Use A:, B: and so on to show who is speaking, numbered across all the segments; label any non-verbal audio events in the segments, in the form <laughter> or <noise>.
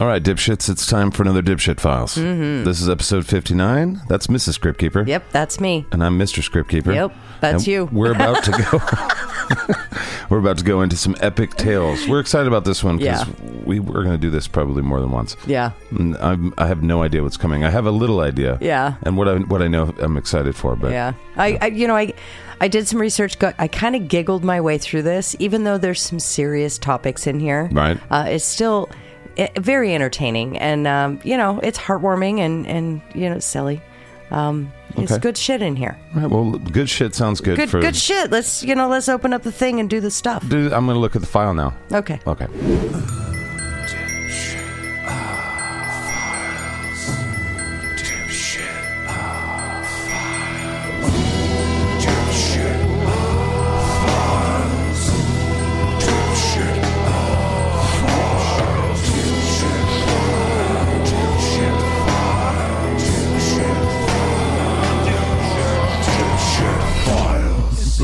A: All right, dipshits, it's time for another Dipshit Files. Mm-hmm. This is episode 59. That's Mrs. Scriptkeeper.
B: Yep, that's me.
A: And I'm Mr. Scriptkeeper.
B: Yep, that's
A: And
B: you.
A: We're about to go.
B: <laughs>
A: <laughs> we're about to go into some epic tales. We're excited about this one because we were going to do this probably more than once.
B: Yeah.
A: And I'm, I have no idea what's coming. I have a little idea.
B: Yeah.
A: And what I what I know, I'm excited for. But
B: Yeah. I, I you know, I I did some research. Go- I kind of giggled my way through this, even though there's some serious topics in here.
A: Right.
B: Uh, it's still eh, very entertaining, and um, you know, it's heartwarming and and you know, silly. Um, It's
A: Okay.
B: good shit in here.
A: All right, well, good shit sounds good.
B: Good
A: for,
B: good shit. Let's you know, let's open up the thing and do the stuff.
A: Dude, I'm going to look at the file now.
B: Okay.
A: Okay.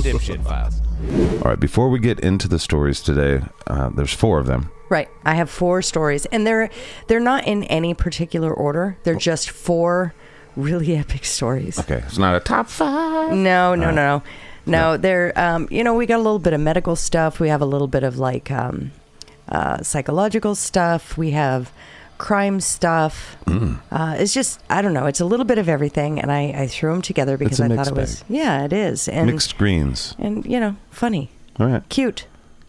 C: Dipshit Files.
A: All right. Before we get into the stories today, uh, there's four of them.
B: Right. I have four stories, and they're they're not in any particular order. They're
A: Oh.
B: just four really <laughs> epic stories.
A: Okay. It's not a top five.
B: No,
A: Uh-huh.
B: no, no, no. They're um, you know we got a little bit of medical stuff. We have a little bit of like um, uh, psychological stuff. We have crime stuff.
A: Mm.
B: Uh, it's just I don't know. It's a little bit of everything, and I, I threw them together because
A: a
B: I thought
A: mixed
B: it was yeah, it is and
A: Mixed greens.
B: and you know funny,
A: All right.
B: cute.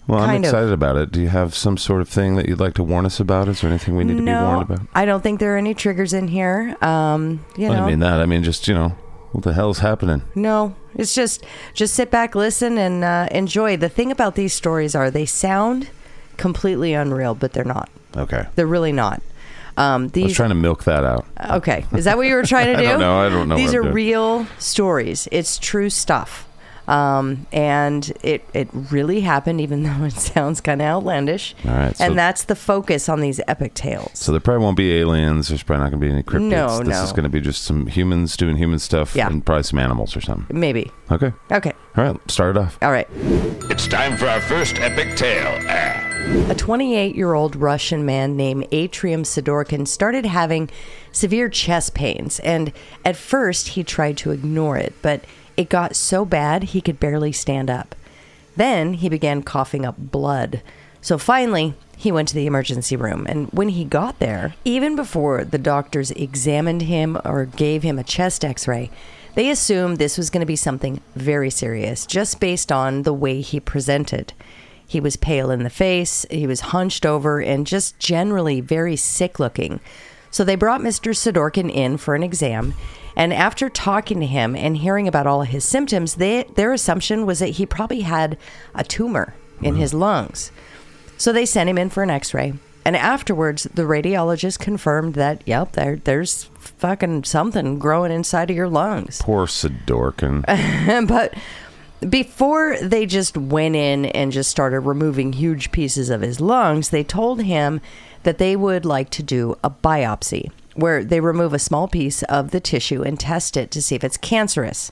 A: Well, I'm
B: Kind of.
A: excited about it. Do you have some sort of thing that you'd like to warn us about? Is there anything we need to be warned
B: No,
A: about?
B: I don't think there are any triggers in here. Um, you know,
A: I mean that. I mean just you know, what the hell's happening?
B: No, it's just just sit back, listen, and uh, enjoy. The thing about these stories are they sound completely unreal, but they're not.
A: Okay.
B: They're really not. Um,
A: I was
B: these
A: trying to milk that out.
B: okay, is that what you were trying to
A: <laughs> I
B: do?
A: don't know. I don't know
B: These
A: what I'm
B: are
A: doing.
B: real stories. It's true stuff, um, and it it really happened, even <laughs> though it sounds kind of outlandish.
A: All right, so-
B: and that's the focus on these epic tales.
A: So there probably won't be aliens. There's probably not going to be any cryptids.
B: No,
A: this
B: no.
A: is going to be just some humans doing human stuff
B: Yeah.
A: and probably some animals or something.
B: Maybe.
A: Okay.
B: Okay.
A: All right. Start it off.
B: All right.
C: It's time for our first epic tale. Ah.
B: A 28 year old Russian man named Atrium Sidorkin started having severe chest pains, and at first he tried to ignore it, but it got so bad he could barely stand up. Then he began coughing up blood. So finally, he went to the emergency room, and when he got there, even before the doctors examined him or gave him a chest x ray, they assumed this was going to be something very serious just based on the way he presented. He was pale in the face, he was hunched over, and just generally very sick looking. So they brought Mr. Sidorkin in for an exam, and after talking to him and hearing about all his symptoms, they, their assumption was that he probably had a tumor in his lungs. So they sent him in for an x-ray. And afterwards, the radiologist confirmed that, yep, there, there's fucking something growing inside of your lungs.
A: Poor Sidorkin.
B: <laughs> but before they just went in and just started removing huge pieces of his lungs, they told him that they would like to do a biopsy where they remove a small piece of the tissue and test it to see if it's cancerous.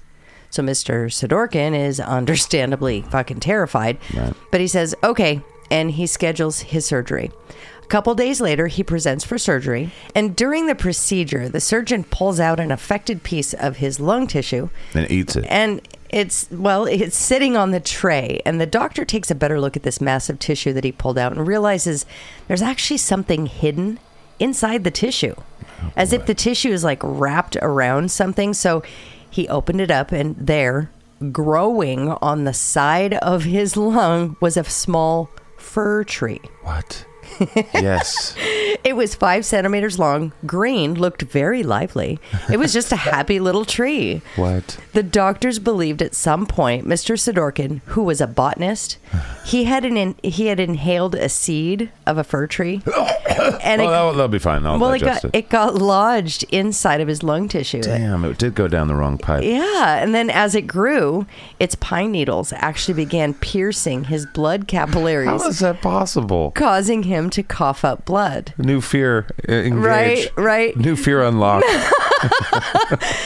B: So Mr. Sidorkin is understandably fucking terrified,
A: Right.
B: but he says, okay, and he schedules his surgery. A couple days later, he presents for surgery, and during the procedure, the surgeon pulls out an affected piece of his lung tissue
A: and eats it.
B: and it's well it's sitting on the tray and the doctor takes a better look at this massive tissue that he pulled out and realizes there's actually something hidden inside the tissue as if the tissue is like wrapped around something so he opened it up and there growing on the side of his lung was a small fir tree
A: What? yes.
B: it was five centimeters long green looked very lively it was just a happy little tree <laughs>
A: What?
B: the doctors believed at some point Mr. Sidorkin, who was a botanist, he had an in, he had inhaled a seed of a
A: <coughs>
B: fir tree,
A: Oh,
B: and
A: well,
B: it,
A: that'll, that'll be fine. I'll
B: well, it
A: digest
B: got
A: it.
B: it got lodged inside of his lung tissue.
A: Damn, it did go down the wrong pipe.
B: Yeah, and then as it grew, its pine needles actually began piercing his blood capillaries,
A: How is that possible?
B: causing him to cough up blood.
A: New fear uh, engaged.
B: Right, right. <laughs>
A: New fear unlocked.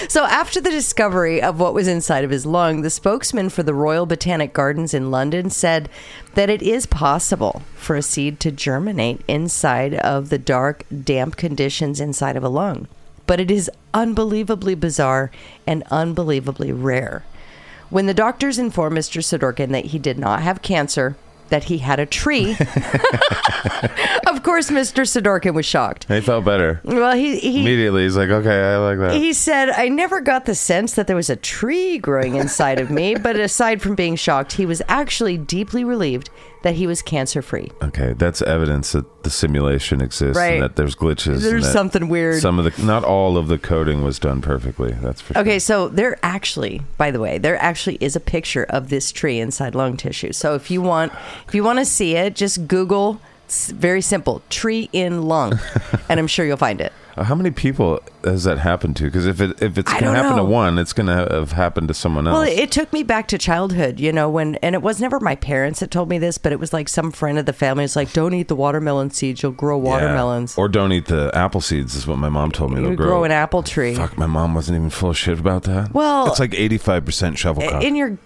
B: So, after the discovery of what was inside of his lung, the spokesman for the Royal Botanic Gardens in London said that it is possible for a seed to germinate inside of the dark, damp conditions inside of a lung. But it is unbelievably bizarre and unbelievably rare. When the doctors informed Mr. Sidorkin that he did not have cancer, that he had a tree, <laughs> of course, Mr. Sidorkin was shocked.
A: He felt better.
B: Well, he, he
A: Immediately, he's like, okay, I like that.
B: he said, I never got the sense that there was a tree growing inside
A: <laughs>
B: of me, but aside from being shocked, he was actually deeply relieved that he was cancer free.
A: okay, that's evidence that the simulation exists
B: Right.
A: and that there's glitches. and
B: There's
A: that
B: something weird.
A: Some of the, not all of the coding was done perfectly. That's for
B: Okay, so there actually, by the way, there actually is a picture of this tree inside lung tissue. So if you want, if you want to see it, just Google. It's very simple. Tree in
A: <laughs>
B: lung, and I'm sure you'll find it.
A: sure. Uh, How many people has that happened to? Because if it if it's
B: I
A: gonna
B: don't
A: happen to
B: know.
A: one, it's gonna have happened to someone else.
B: Well, it took me back to childhood, you know, when, and it was never my parents that told me this, but it was like some friend of the family was like, don't eat the watermelon seeds, you'll grow
A: Yeah.
B: watermelons.
A: Or don't eat the apple seeds is what my mom told me.
B: you
A: They'll
B: would grow, an apple tree.
A: Fuck, my mom wasn't even full of shit about that.
B: Well-
A: it's like eighty five percent shovel cock.
B: In your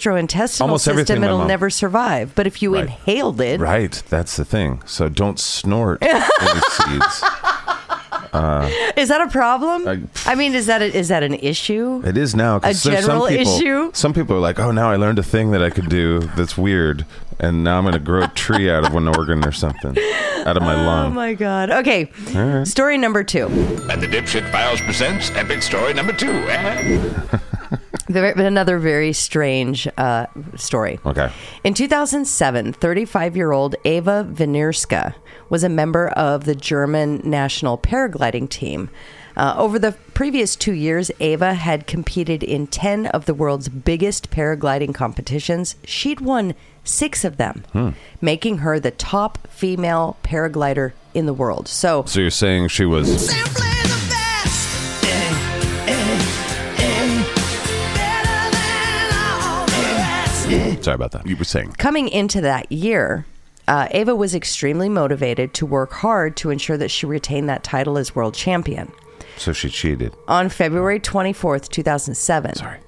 B: gastrointestinal
A: Almost everything
B: system,
A: my
B: it'll
A: mom-
B: never survive. But if you
A: Right.
B: inhaled it,
A: Right, that's the thing. So don't
B: <laughs>
A: snort any seeds.
B: is that a problem?
A: I-
B: I, mean, is that a, is that an issue?
A: It is now. 'cause
B: A
A: there's
B: general
A: some people,
B: issue?
A: Some people are like, "Oh, now I learned a thing that I could do that's weird, and now I'm going to grow a tree out of an organ or something, out of my
B: oh
A: lung."
B: my god. Okay, story number two.
C: And the Dipshit Files presents Epic Story Number 2
B: <laughs>
C: eh?
B: There, another very strange uh, story.
A: Okay.
B: In 2007, 35 year old Eva Venerska was a member of the German national paragliding team. Uh, over the previous two years, Eva had competed in 10 of the world's biggest paragliding competitions. She'd won six of them, making her the top female paraglider in the world. So,
A: So you're saying she was
D: Simply the best. eh, Better than all the rest. eh.
A: sorry about that. You were saying
B: coming into that year, uh, Ava was extremely motivated to work hard to ensure that she retained that title as world champion.
A: so she cheated.
B: On February 24th, 2007,
A: Sorry.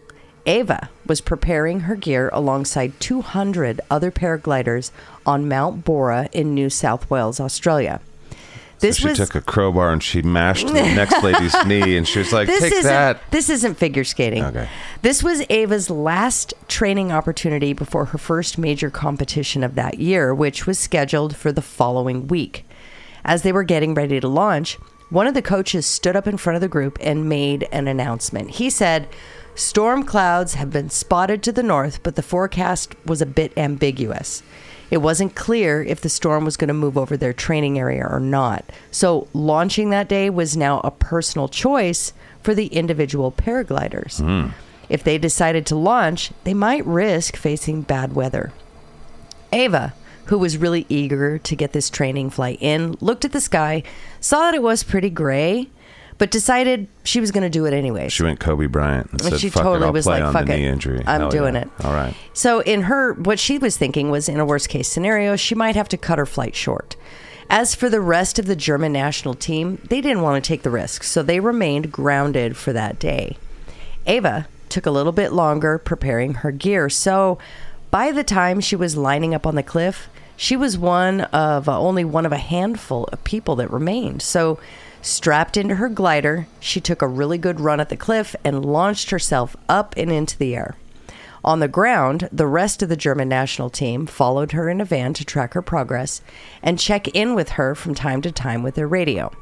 B: Ava was preparing her gear alongside 200 other paragliders on Mount Bora in New South Wales, Australia. This
A: She
B: was
A: took a crowbar and she mashed the
B: <laughs>
A: next lady's knee, and she was like,
B: this
A: "Take
B: isn't
A: that."
B: this isn't figure skating.
A: Okay.
B: This was Ava's last training opportunity before her first major competition of that year, which was scheduled for the following week. As they were getting ready to launch, one of the coaches stood up in front of the group and made an announcement. He said, "Storm clouds have been spotted to the north, but the forecast was a bit ambiguous." It wasn't clear if the storm was going to move over their training area or not. So, launching that day was now a personal choice for the individual paragliders. If they decided to launch, they might risk facing bad weather. Ava, who was really eager to get this training flight in, looked at the sky, saw that it was pretty gray, but decided she was going to do it anyway.
A: She went Kobe Bryant and
B: But
A: said,
B: she
A: "Fuck
B: totally
A: it, I'll
B: was
A: play
B: like,
A: on
B: "Fuck
A: the
B: it.
A: knee injury.
B: I'm
A: Hell
B: doing
A: yeah.
B: it."
A: All right.
B: So, in her, what she was thinking was in a worst case scenario, she might have to cut her flight short. As for the rest of the German national team, they didn't want to take the risk, so they remained grounded for that day. Ava took a little bit longer preparing her gear, so by the time she was lining up on the cliff, she was one of uh, only one of a handful of people that remained. So, strapped into her glider, she took a really good run at the cliff and launched herself up and into the air. On the ground, the rest of the German national team followed her in a van to track her progress and check in with her from time to time with their radio.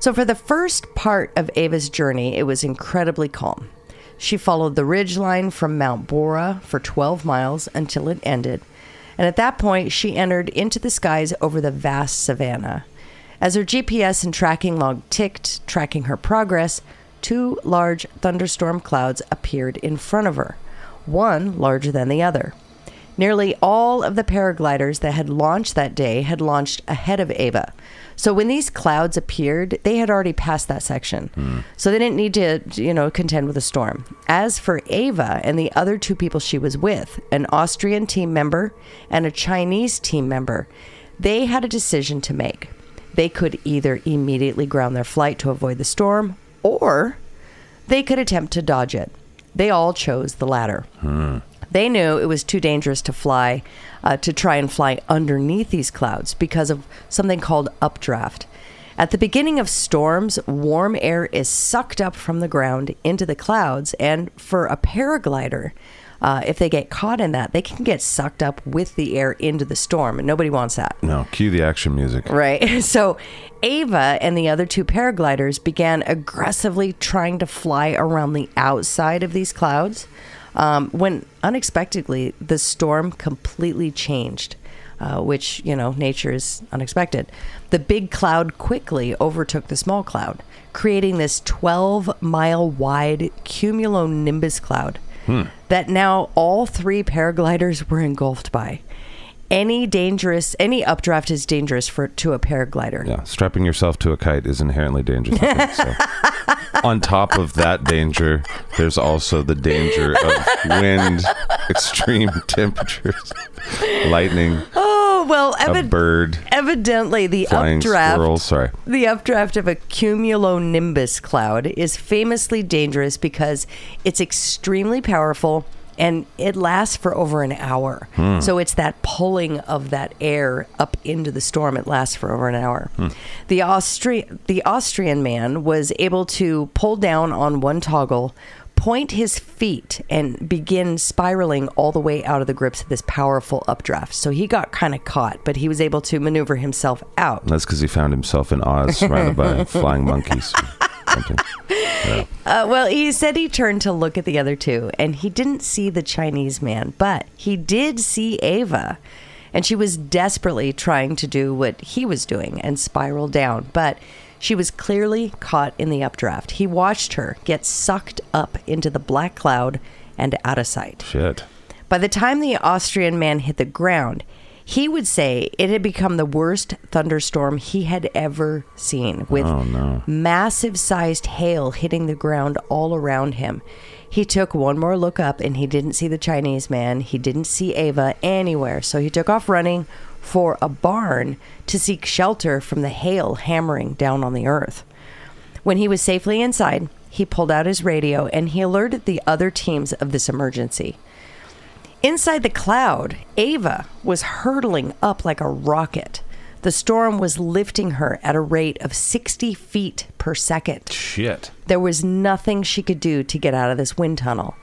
B: So, for the first part of Ava's journey, it was incredibly calm. She followed the ridge line from Mount Bora for 12 miles until it ended. And at that point, she entered into the skies over the vast savannah. As her GPS and tracking log ticked, tracking her progress, two large thunderstorm clouds appeared in front of her, one larger than the other. Nearly all of the paragliders that had launched that day had launched ahead of Ava. So when these clouds appeared, they had already passed that section. So they didn't need to, you know, contend with a storm. As for Ava and the other two people she was with, an Austrian team member and a Chinese team member, they had a decision to make. They could either immediately ground their flight to avoid the storm or they could attempt to dodge it. They all chose the latter. They knew it was too dangerous to fly, uh, to try and fly underneath these clouds because of something called updraft. At the beginning of storms, warm air is sucked up from the ground into the clouds, and for a paraglider, uh, if they get caught in that, they can get sucked up with the air into the storm, and nobody wants that.
A: No, cue the action music.
B: Right. <laughs> So Ava and the other two paragliders began aggressively trying to fly around the outside of these clouds um, when unexpectedly the storm completely changed. Uh, which, you know, nature is unexpected. The big cloud quickly overtook the small cloud, creating this 12 mile wide cumulonimbus cloud that now all three paragliders were engulfed by any dangerous any updraft is dangerous for to a paraglider
A: Yeah, strapping yourself to a kite is inherently dangerous. I think, so.
B: <laughs>
A: On top of that danger, there's also the danger of wind,
B: <laughs>
A: extreme temperatures, lightning,
B: oh well
A: a
B: evid-
A: bird,
B: evidently the
A: flying
B: updraft
A: squirrel. Sorry.
B: the updraft of a cumulonimbus cloud is famously dangerous because it's extremely powerful and it lasts for over an hour so it's that pulling of that air up into the storm it lasts for over an hour the, Austri- the austrian man was able to pull down on one toggle point his feet and begin spiraling all the way out of the grips of this powerful updraft so he got kind of caught but he was able to maneuver himself out
A: That's because he found himself in Oz surrounded
B: <laughs>
A: by flying monkeys. or something.
B: Uh, well, he said he turned to look at the other two, and he didn't see the Chinese man, but he did see Ava. And she was desperately trying to do what he was doing and spiral down, but she was clearly caught in the updraft. He watched her get sucked up into the black cloud and out of sight.
A: Shit.
B: By the time the Austrian man hit the ground, he would say it had become the worst thunderstorm he had ever seen, with massive sized hail hitting the ground all around him. He took one more look up and he didn't see the Chinese man, he didn't see Ava anywhere, so he took off running for a barn to seek shelter from the hail hammering down on the earth. When he was safely inside, he pulled out his radio and he alerted the other teams of this emergency. Inside the cloud, Ava was hurtling up like a rocket. The storm was lifting her at a rate of 60 feet per second.
A: Shit.
B: There was nothing she could do to get out of this wind tunnel.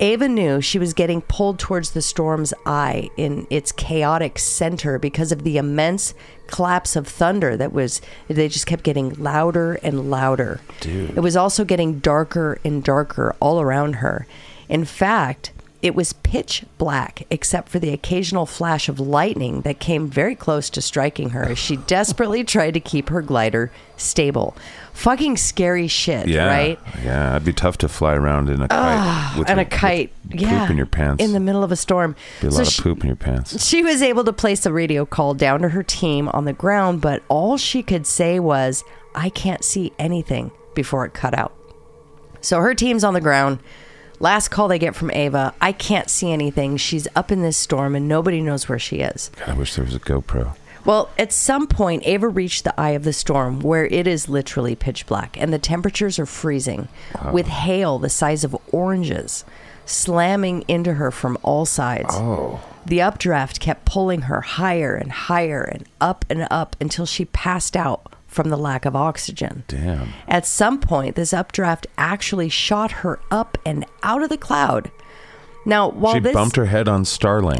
B: Ava knew she was getting pulled towards the storm's eye in its chaotic center because of the immense collapse of thunder that was, they just kept getting louder and louder. Dude. It was also getting darker and darker all around her. In fact, it was pitch black except for the occasional flash of lightning that came very close to striking her as she desperately tried to keep her glider stable. Fucking scary shit,
A: Yeah.
B: right? Ah,
A: Yeah, it'd be tough to fly around in a kite. with
B: And
A: your-
B: a kite,
A: with
B: yeah,
A: Poop in your pants.
B: in the middle of a storm.
A: be a
B: So
A: lot
B: she-
A: of poop in your pants.
B: she was able to place a radio call down to her team on the ground, but all she could say was, I can't see anything before it cut out. So her team's on the ground. Last call they get from Ava, I can't see anything. She's up in this storm and nobody knows where she is.
A: God, I wish there was a GoPro.
B: Well, at some point, Ava reached the eye of the storm where it is literally pitch black and the temperatures are freezing with hail the size of oranges slamming into her from all sides. Oh. The updraft kept pulling her higher and higher and up and up until she passed out from the lack of oxygen.
A: Damn.
B: At some point, this updraft actually shot her up and out of the cloud. Now, while
A: she
B: this
A: bumped her head on
B: <laughs>
A: Starlink.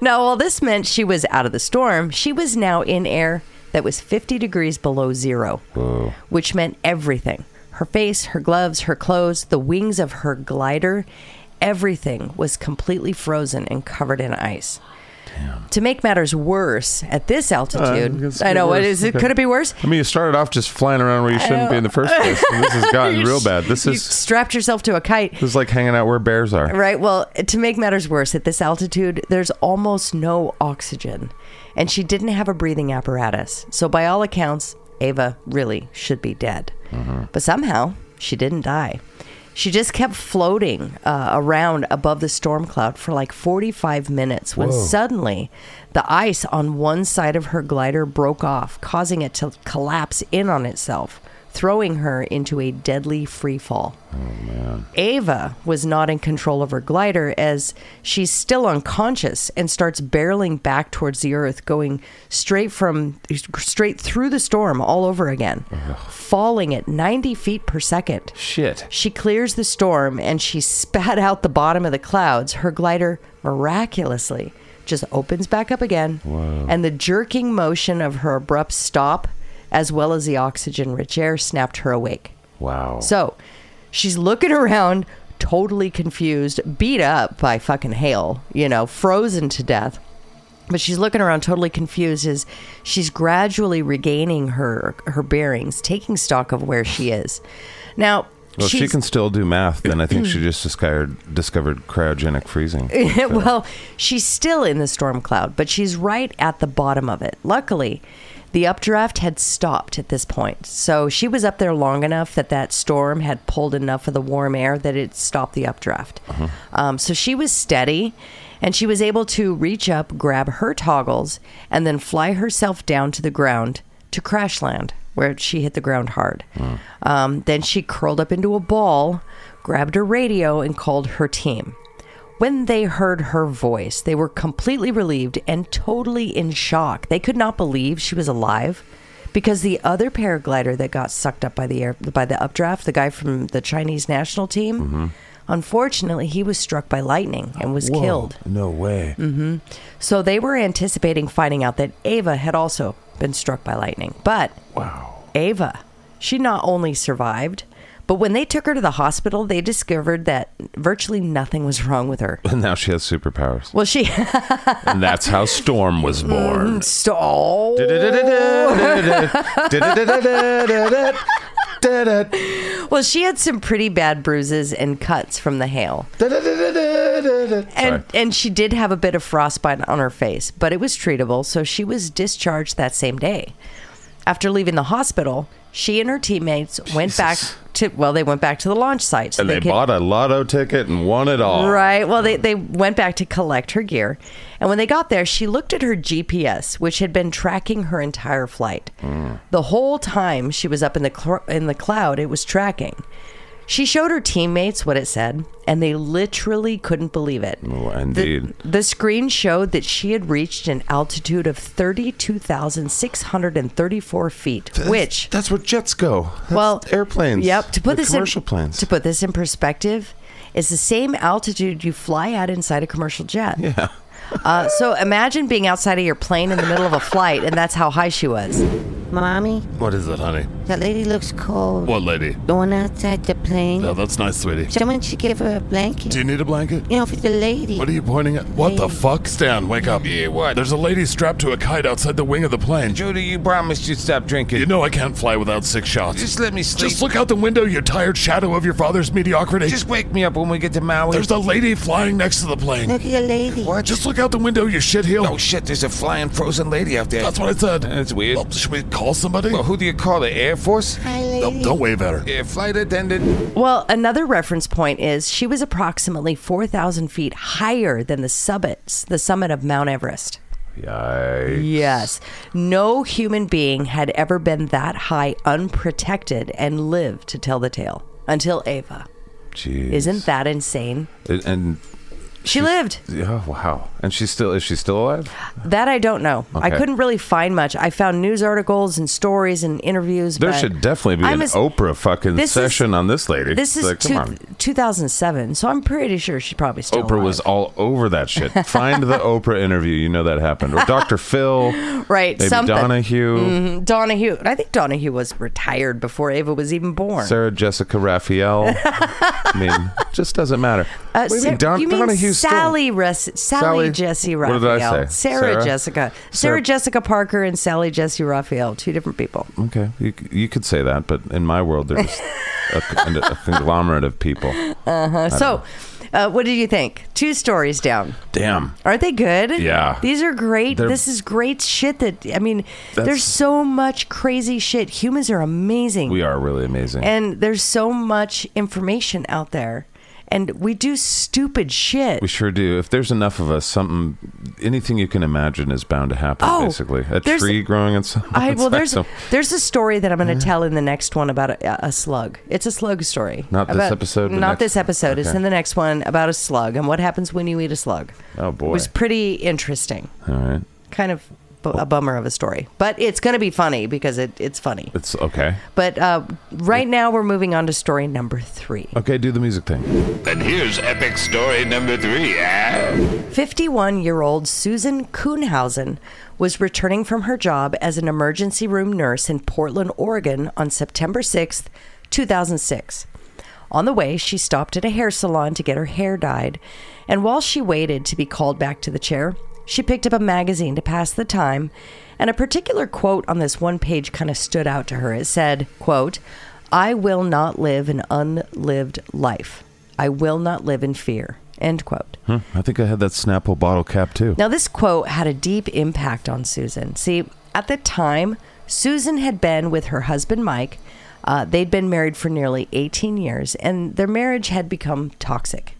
B: Now, while this meant she was out of the storm, she was now in air that was 50 degrees below zero,
A: Whoa.
B: which meant everything her face, her gloves, her clothes, the wings of her glider everything was completely frozen and covered in ice. To make matters worse, at this altitude,
A: it's
B: I know what
A: Uh, worse.
B: is it?
A: Okay.
B: Could it be worse?
A: I mean, you started off just flying around where you shouldn't be in the first place. and this
B: <laughs>
A: has gotten real bad. This
B: You
A: is
B: strapped yourself to a kite.
A: this is like hanging out where bears are.
B: Right. Well, to make matters worse, at this altitude, there's almost no oxygen, and she didn't have a breathing apparatus. So, by all accounts, Ava really should be dead. But somehow, she didn't die. She just kept floating uh, around above the storm cloud for like 45 minutes when suddenly the ice on one side of her glider broke off, causing it to collapse in on itself, throwing her into a deadly free fall. Ava was not in control of her glider as she's still unconscious and starts barreling back towards the earth, going straight from straight through the storm all over again, falling at 90 feet per second.
A: Shit.
B: She clears the storm and she spat out the bottom of the clouds. Her glider miraculously just opens back up again. And the jerking motion of her abrupt stop, as well as the oxygen rich air, snapped her awake.
A: Wow.
B: So she's looking around, totally confused, beat up by fucking hail, you know, frozen to death. But she's looking around, totally confused, as she's gradually regaining her her bearings, taking stock of where she is. Now,
A: well, if she
B: she's-
A: can still do math, then I think
B: <clears throat>
A: she just discovered discovered cryogenic freezing.
B: well, she's still in the storm cloud, but she's right at the bottom of it. Luckily, the updraft had stopped at this point. So she was up there long enough that that storm had pulled enough of the warm air that it stopped the updraft. Um, so she was steady and she was able to reach up, grab her toggles, and then fly herself down to the ground to crash land where she hit the ground hard. Um, then she curled up into a ball, grabbed her radio, and called her team. When they heard her voice, they were completely relieved and totally in shock. They could not believe she was alive because the other paraglider that got sucked up by the air by the updraft, the guy from the Chinese national team, unfortunately, he was struck by lightning and was <laughs> killed. Mm-hmm.
A: No way.
B: So they were anticipating finding out that Ava had also been struck by lightning. But
A: Wow.
B: Ava. She not only survived, but when they took her to the hospital, they discovered that virtually nothing was wrong with her.
A: And <laughs> now she has superpowers.
B: Well, she
A: and that's how Storm was
B: Mm-hmm.
A: born.
B: so well, she had some pretty bad bruises and cuts from the hail, and and she did have a bit of frostbite on her face, but it was treatable, so she was discharged that same day. After leaving the hospital, she and her teammates went back
A: Jesus.
B: to well, they went back to the launch site. So
A: And they
B: could-
A: bought a lotto ticket and won it all.
B: Right. Well, they, they went back to collect her gear. And when they got there, she looked at her GPS, which had been tracking her entire flight.
A: Hmm.
B: The whole time she was up in the, cl- in the cloud, it was tracking. She showed her teammates what it said, and they literally couldn't believe it.
A: Oh,
B: The,
A: indeed.
B: the screen showed that she had reached an altitude of 32,634 feet, which
A: That's where jets go. That's
B: well
A: airplanes.
B: Yep. To put
A: They're
B: this
A: commercial
B: in,
A: planes.
B: To put this in perspective, is the same altitude you fly at inside a commercial jet.
A: yeah.
B: Uh, so imagine being outside of your plane in the middle of a flight, and that's how high she was.
E: Mommy,
A: What is it, honey?
E: that lady looks cold.
F: What lady?
E: Going outside the plane.
F: Oh, that's nice, sweetie.
E: Someone should give her a blanket.
F: Do you need a blanket?
E: You know, for the lady.
F: What are you pointing at? What the
E: Hey.
F: fuck? Stan, wake up. Yeah, what? There's a lady strapped to a kite outside the wing of the plane.
G: Judy, you promised you'd stop drinking.
F: You know I can't fly without six shots.
G: Just let me sleep.
F: Just look out the window, you tired shadow of your father's mediocrity.
G: Just wake me up when we get to Maui.
F: There's a lady flying next to the plane.
E: Look at the lady.
G: What?
F: Just look out the window, you shitheel.
G: oh shit, there's a flying frozen lady out there.
F: That's what I said.
G: That's weird.
F: Well, should we call somebody?
G: Well, who do you call it? Air Force?
E: Hi,
F: No,
E: lady.
F: don't wave at her.
G: Yeah, flight attendant.
B: Well, another reference point is she was approximately 4,000 feet higher than the summit, the summit of Mount Everest.
A: Yikes.
B: Yes. No human being had ever been that high unprotected and lived to tell the tale until Ava.
A: Jeez.
B: Isn't that insane?
A: And, and
B: She lived.
A: oh wow. And she's still is she still alive?
B: That I don't know. I
A: Okay.
B: couldn't really find much. I found news articles and stories and interviews.
A: There
B: but
A: should definitely be
B: I'm
A: an
B: as-
A: Oprah fucking
B: This is-
A: session on this lady.
B: This is
A: like,
B: two,
A: come on.
B: 2007, so I'm pretty sure she's probably still.
A: Oprah was all over that
B: <laughs>
A: shit. Find the Oprah interview. You know that happened. Or Dr. Phil.
B: right.
A: Maybe
B: something.
A: Donahue.
B: Mm-hmm. Donahue. I think Donahue was retired before Ava was even born.
A: Sarah Jessica
B: <laughs>
A: Raphael. I mean, just doesn't matter.
B: Uh,
A: What do you
B: Sar-
A: mean Don-
B: you mean
A: Donahue's still-
B: Sally, Res- Sally,
A: Sally-
B: Jesse
A: What
B: Raphael?
A: did I say?
B: Sarah,
A: Sarah?
B: Jessica, Sarah,
A: Sarah-
B: Jessica Parker, and Sally Jesse Raphael. Two different people.
A: Okay, you, you could say that, but in my world, they're just
B: <laughs>
A: a, a, a conglomerate of people.
B: so, uh, what did you think? Two stories down.
A: Damn.
B: Aren't they good?
A: Yeah.
B: These are great.
A: They're-
B: this is great shit that, I mean, there's
A: That's-
B: so much crazy shit. Humans are amazing.
A: We are really amazing.
B: And there's so much information out there. and we do stupid shit.
A: We sure do. If there's enough of us, something, anything you can imagine is bound to happen.
B: Oh,
A: basically, a
B: there's-
A: tree growing in some.
B: I, well,
A: <laughs>
B: there's
A: some-
B: there's a story that I'm going to tell in the next one about a, a slug. It's a slug story.
A: Not this
B: About-
A: episode, the next-
B: Not this episode. It's
A: okay.
B: in the next one about a slug and what happens when you eat a slug.
A: Oh, boy.
B: it was pretty interesting.
A: all right.
B: Kind of bu- a bummer of a story, but it's going to be funny because it, it's funny.
A: It's okay.
B: But uh, right now we're moving on to story number three.
A: Okay, do the music thing.
C: Then here's epic story number three, eh?
B: 51 year old Susan Kuhnhausen was returning from her job as an emergency room nurse in Portland, Oregon on September 6th, 2006. On the way, she stopped at a hair salon to get her hair dyed, and while she waited to be called back to the chair, she picked up a magazine to pass the time, and a particular quote on this one page kind of stood out to her. It said, quote, I will not live an unlived life. I will not live in fear. End quote.
A: Huh? Hmm. I think I had that Snapple bottle cap too.
B: Now, this quote had a deep impact on Susan. See, at the time, Susan had been with her husband, Mike. Uh, they'd been married for nearly 18 years, and their marriage had become toxic.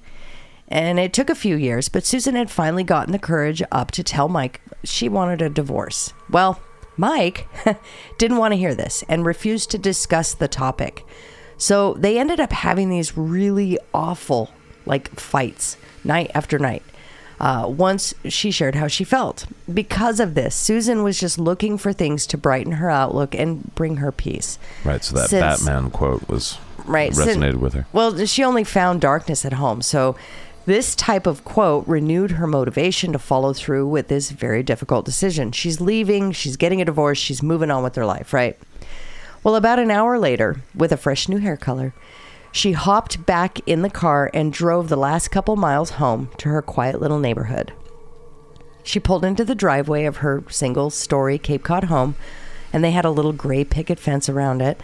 B: And it took a few years, but Susan had finally gotten the courage up to tell Mike she wanted a divorce. Well, Mike <laughs> didn't want to hear this and refused to discuss the topic. So they ended up having these really awful, like, fights night after night. Uh, once she shared how she felt. Because of this, Susan was just looking for things to brighten her outlook and bring her peace.
A: Right. So that
B: Since-
A: Batman quote was
B: right sin-
A: resonated with her.
B: well she only found darkness at home so this type of quote renewed her motivation to follow through with this very difficult decision she's leaving she's getting a divorce she's moving on with her life right well about an hour later with a fresh new hair color she hopped back in the car and drove the last couple miles home to her quiet little neighborhood she pulled into the driveway of her single story Cape Cod home, and they had a little gray picket fence around it.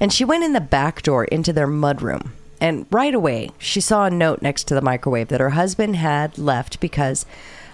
B: And she went in the back door into their mudroom. And right away, she saw a note next to the microwave that her husband had left because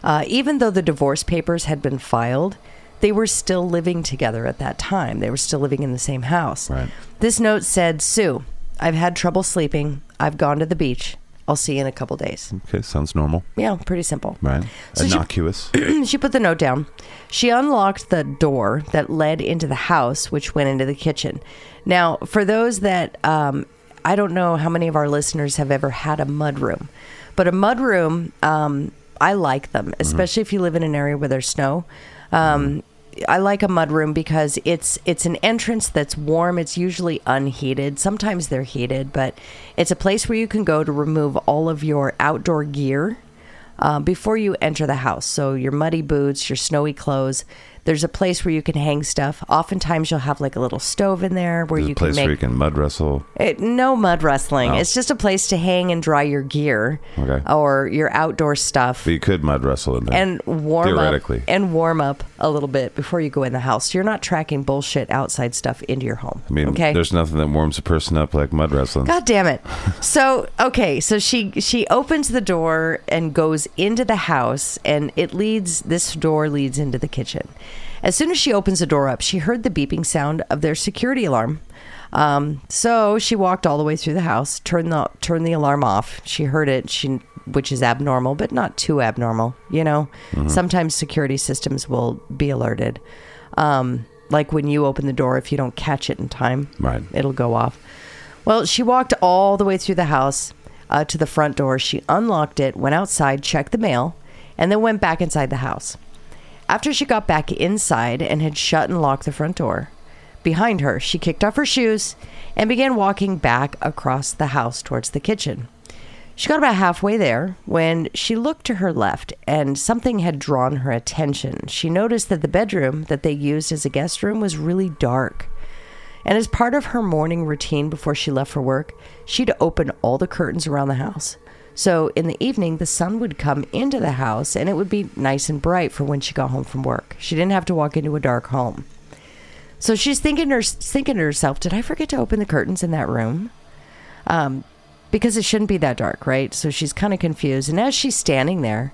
B: uh, even though the divorce papers had been filed, they were still living together at that time. They were still living in the same house.
A: Right.
B: This note said, Sue, I've had trouble sleeping. I've gone to the beach. I'll see you in a couple days.
A: Okay, sounds normal.
B: Yeah, pretty simple.
A: Right.
B: So she- <coughs>
A: Innocuous.
B: <clears throat> she put the note down. She unlocked the door that led into the house, which went into the kitchen. Now, for those that um, I don't know how many of our listeners have ever had a mudroom, but a mudroom, um, I like them, especially if you live in an area where there's snow. Um, I like a mudroom because it's it's an entrance that's warm. It's usually unheated. Sometimes they're heated, but it's a place where you can go to remove all of your outdoor gear um, before you enter the house. So your muddy boots, your snowy clothes. There's a place where you can hang stuff. Oftentimes you'll have like a little stove in there where
A: There's
B: you
A: a place
B: can make
A: where you can mud wrestle.
B: it, no mud wrestling.
A: Oh.
B: It's just a place to hang and dry your gear
A: Okay.
B: or your outdoor stuff
A: But you could mud wrestle in there.
B: and warm
A: Theoretically.
B: up and warm up a little bit before you go in the house. You're not tracking bullshit outside stuff into your home.
A: I mean,
B: okay.
A: there's nothing that warms a person up like mud wrestling.
B: God damn it. So, okay, so she she opens the door and goes into the house and it leads this door leads into the kitchen. As soon as she opens the door up, she heard the beeping sound of their security alarm. Um, so she walked all the way through the house, turned the turned the alarm off. She heard it, she which is abnormal, but not too abnormal, you know. Sometimes security systems will be alerted. Um, like when you open the door if you don't catch it in time.
A: Right.
B: It'll go off. Well, she walked all the way through the house uh, to the front door. She unlocked it, went outside, checked the mail, and then went back inside the house. After she got back inside and had shut and locked the front door behind her, she kicked off her shoes and began walking back across the house towards the kitchen. She got about halfway there when she looked to her left and something had drawn her attention. She noticed that the bedroom that they used as a guest room was really dark. And as part of her morning routine before she left for work, she'd open all the curtains around the house. So in the evening, the sun would come into the house and it would be nice and bright for when she got home from work. She didn't have to walk into a dark home. So she's thinking, her, thinking to herself, did I forget to open the curtains in that room? Um, because it shouldn't be that dark, right? So she's kind of confused. And as she's standing there,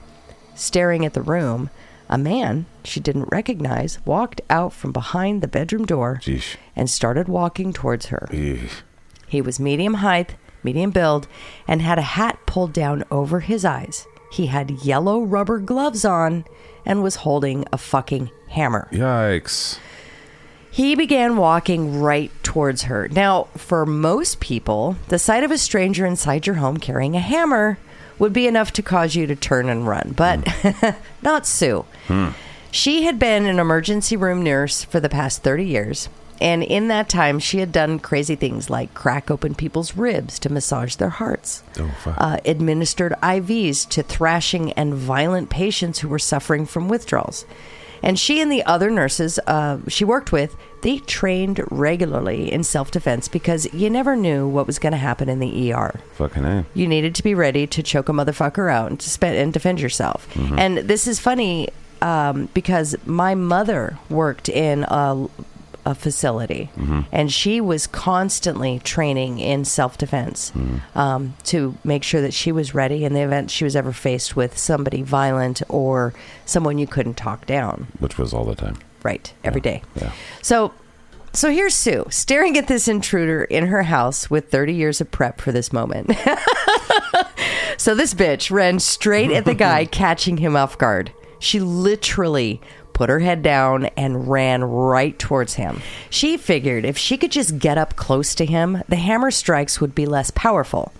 B: staring at the room, a man she didn't recognize walked out from behind the bedroom door
A: Jeesh.
B: and started walking towards her. He was medium height, medium build, and had a hat pulled down over his eyes. He had yellow rubber gloves on and was holding a fucking hammer.
A: Yikes.
B: He began walking right towards her. Now, for most people, the sight of a stranger inside your home carrying a hammer would be enough to cause you to turn and run, but <laughs> not Sue. She had been an emergency room nurse for the past 30 years, and in that time, she had done crazy things like crack open people's ribs to massage their hearts,
A: Oh, fuck.
B: uh, administered IVs to thrashing and violent patients who were suffering from withdrawals. And she and the other nurses uh, she worked with, they trained regularly in self defense because you never knew what was going to happen in the ER
A: Fucking A.
B: you needed to be ready to choke a motherfucker out and to spend and defend yourself. And this is funny um, because my mother worked in a, a facility, and she was constantly training in self defense um, to make sure that she was ready in the event she was ever faced with somebody violent or someone you couldn't talk down.
A: Which was all the time.
B: Right, every day.
A: Yeah.
B: So so here's Sue staring at this intruder in her house with 30 years of prep for this moment. so this bitch ran straight at the guy, catching him off guard. She literally put her head down and ran right towards him. She figured if she could just get up close to him, the hammer strikes would be less powerful.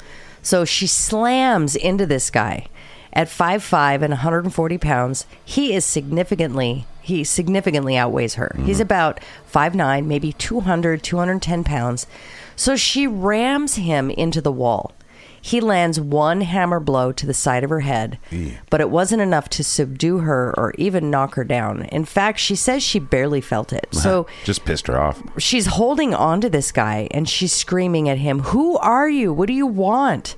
B: So she slams into this guy. At 5'5 and 140 pounds, he is significantly he significantly outweighs her. He's about 5'9, maybe 200, 210 pounds. So she rams him into the wall. He lands one hammer blow to the side of her head, but it wasn't enough to subdue her or even knock her down. In fact, she says she barely felt it. So
A: Just pissed her off.
B: she's holding on to this guy and she's screaming at him, Who are you? What do you want?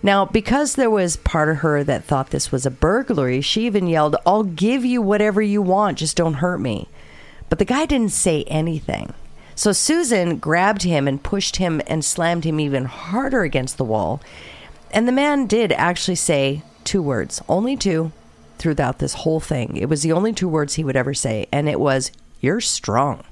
B: Now, because there was part of her that thought this was a burglary, she even yelled, I'll give you whatever you want, just don't hurt me. But the guy didn't say anything. So Susan grabbed him and pushed him and slammed him even harder against the wall. And the man did actually say two words, only two, throughout this whole thing. It was the only two words he would ever say, and it was, You're strong.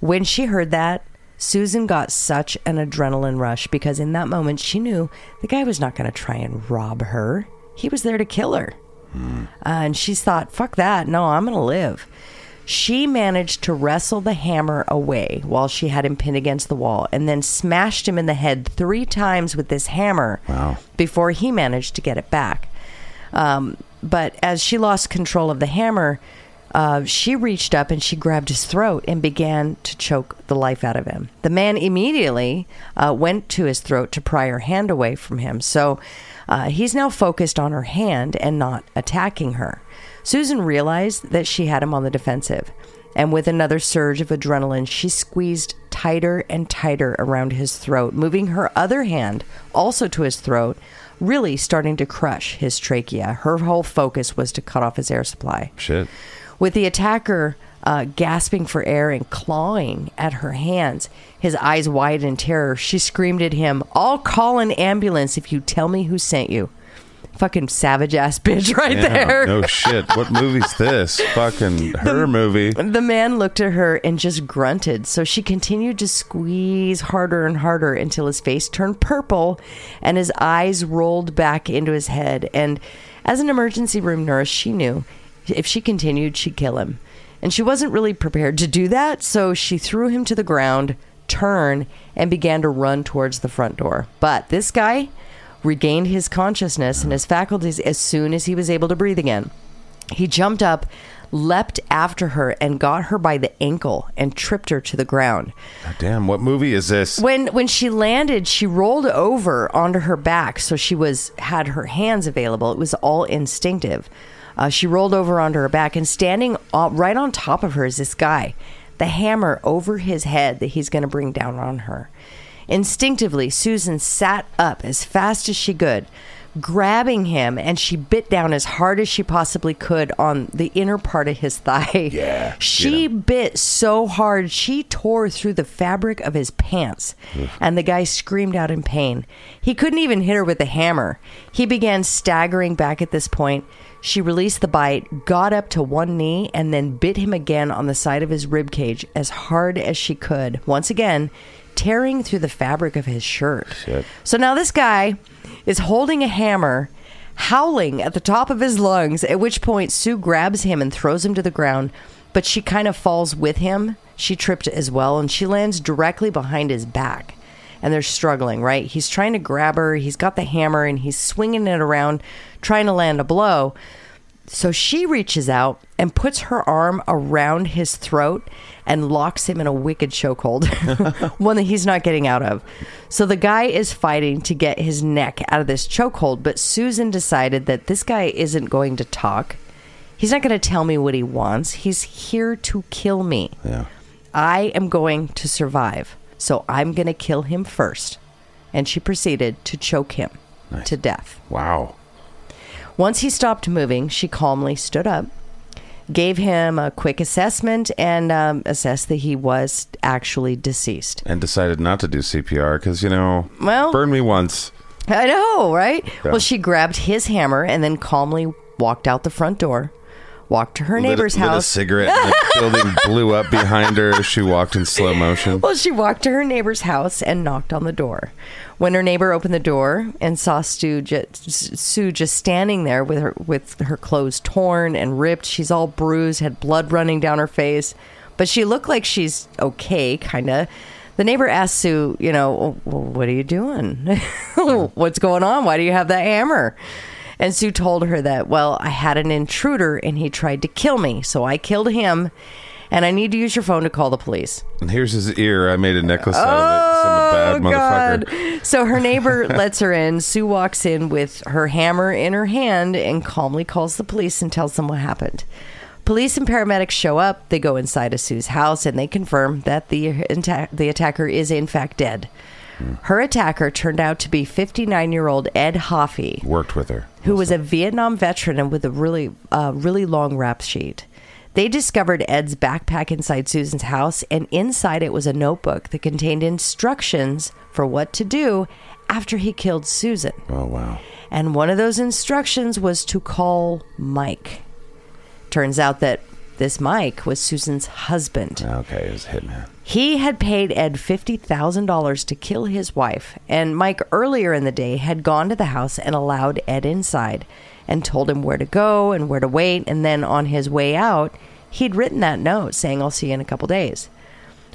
B: When she heard that, Susan got such an adrenaline rush because in that moment she knew the guy was not going to try and rob her. He was there to kill her. Uh, and she thought, fuck that. No, I'm going to live. She managed to wrestle the hammer away while she had him pinned against the wall and then smashed him in the head three times with this hammer
A: Wow.
B: before he managed to get it back. Um, but as she lost control of the hammer, uh, she reached up and she grabbed his throat and began to choke the life out of him. The man immediately uh, went to his throat to pry her hand away from him. So uh, he's now focused on her hand and not attacking her. Susan realized that she had him on the defensive. And with another surge of adrenaline, she squeezed tighter and tighter around his throat, moving her other hand also to his throat, really starting to crush his trachea. Her whole focus was to cut off his air supply.
A: Shit.
B: With the attacker uh, gasping for air and clawing at her hands, his eyes wide in terror, she screamed at him, I'll call an ambulance if you tell me who sent you. Fucking savage ass <laughs> bitch right
A: Yeah,
B: there.
A: No shit. What movie's
B: <laughs>
A: this? Fucking her movie.
B: The man looked at her and just grunted, so she continued to squeeze harder and harder until his face turned purple and his eyes rolled back into his head. And as an emergency room nurse, she knew if she continued, she'd kill him. And she wasn't really prepared to do that, so she threw him to the ground, turned, and began to run towards the front door. But this guy regained his consciousness and his faculties as soon as he was able to breathe again. He jumped up, leapt after her, and got her by the ankle and tripped her to the ground.
A: God damn, what movie is this?
B: When when she landed, she rolled over onto her back, so she was had her hands available. It was all instinctive. Uh, she rolled over onto her back, and standing o- right on top of her is this guy, the hammer over his head that he's going to bring down on her. Instinctively, Susan sat up as fast as she could, grabbing him, and she bit down as hard as she possibly could on the inner part of his <laughs> thigh.
F: Yeah,
B: She bit so hard, she tore through the fabric of his pants, and the guy screamed out in pain. He couldn't even hit her with a hammer. He began staggering back at this point. She released the bite, got up to one knee, and then bit him again on the side of his rib cage as hard as she could. Once again, tearing through the fabric of his shirt.
A: Shit.
B: So now this guy is holding a hammer, howling at the top of his lungs, at which point Sue grabs him and throws him to the ground, but she kind of falls with him. She tripped as well, and she lands directly behind his back. And they're struggling, right? He's trying to grab her, he's got the hammer, and he's swinging it around, trying to land a blow. So she reaches out and puts her arm around his throat and locks him in a wicked chokehold, <laughs> one that he's not getting out of. So the guy is fighting to get his neck out of this chokehold, but Susan decided that this guy isn't going to talk. He's not going to tell me what he wants. He's here to kill me.
A: Yeah.
B: I am going to survive, so I'm going to kill him first. And she proceeded to choke him to death.
A: Wow.
B: Once he stopped moving, she calmly stood up, gave him a quick assessment, and um, assessed that he was actually deceased.
A: And decided not to do CPR because, you know,
B: Well-
A: burn me once.
B: I know, right?
A: Yeah.
B: Well, she grabbed his hammer and then calmly walked out the front door, walked to her
A: Lit a-
B: neighbor's
A: lit a
B: house.
A: cigarette.
B: <laughs>
A: And the building blew up behind her as she walked in slow
B: <laughs>
A: motion.
B: Well, she walked to her neighbor's house and knocked on the door. When her neighbor opened the door and saw Stu just, Sue just standing there with her with her clothes torn and ripped, she's all bruised, had blood running down her face, but she looked like she's okay, kind of. The neighbor asked Sue, you know, "Oh, well, what are you doing? <laughs> What's going on? Why do you have that hammer? And Sue told her that, well, I had an intruder and he tried to kill me, so I killed him, and I need to use your phone to call the police.
A: And here's his ear. I made a necklace
B: Oh,
A: out of it. 'cause I'm a bad motherfucker.
B: So
A: <laughs>
B: her neighbor lets her in. Sue walks in with her hammer in her hand and calmly calls the police and tells them what happened. Police and paramedics show up. They go inside of Sue's house and they confirm that the atta- the attacker is in fact dead.
A: Hmm.
B: Her attacker turned out to be 59 year old Ed Hoffey
A: Worked with her.
B: who was a Vietnam veteran and with a really, uh, really long rap sheet. They discovered Ed's backpack inside Susan's house, and inside it was a notebook that contained instructions for what to do after he killed Susan.
A: Oh, wow.
B: And one of those instructions was to call Mike. Turns out that this Mike was Susan's husband.
A: Okay, it was hitman.
B: He had paid Ed $50,000 to kill his wife, and Mike earlier in the day had gone to the house and allowed Ed inside and told him where to go and where to wait. And then on his way out, he'd written that note saying, I'll see you in a couple days.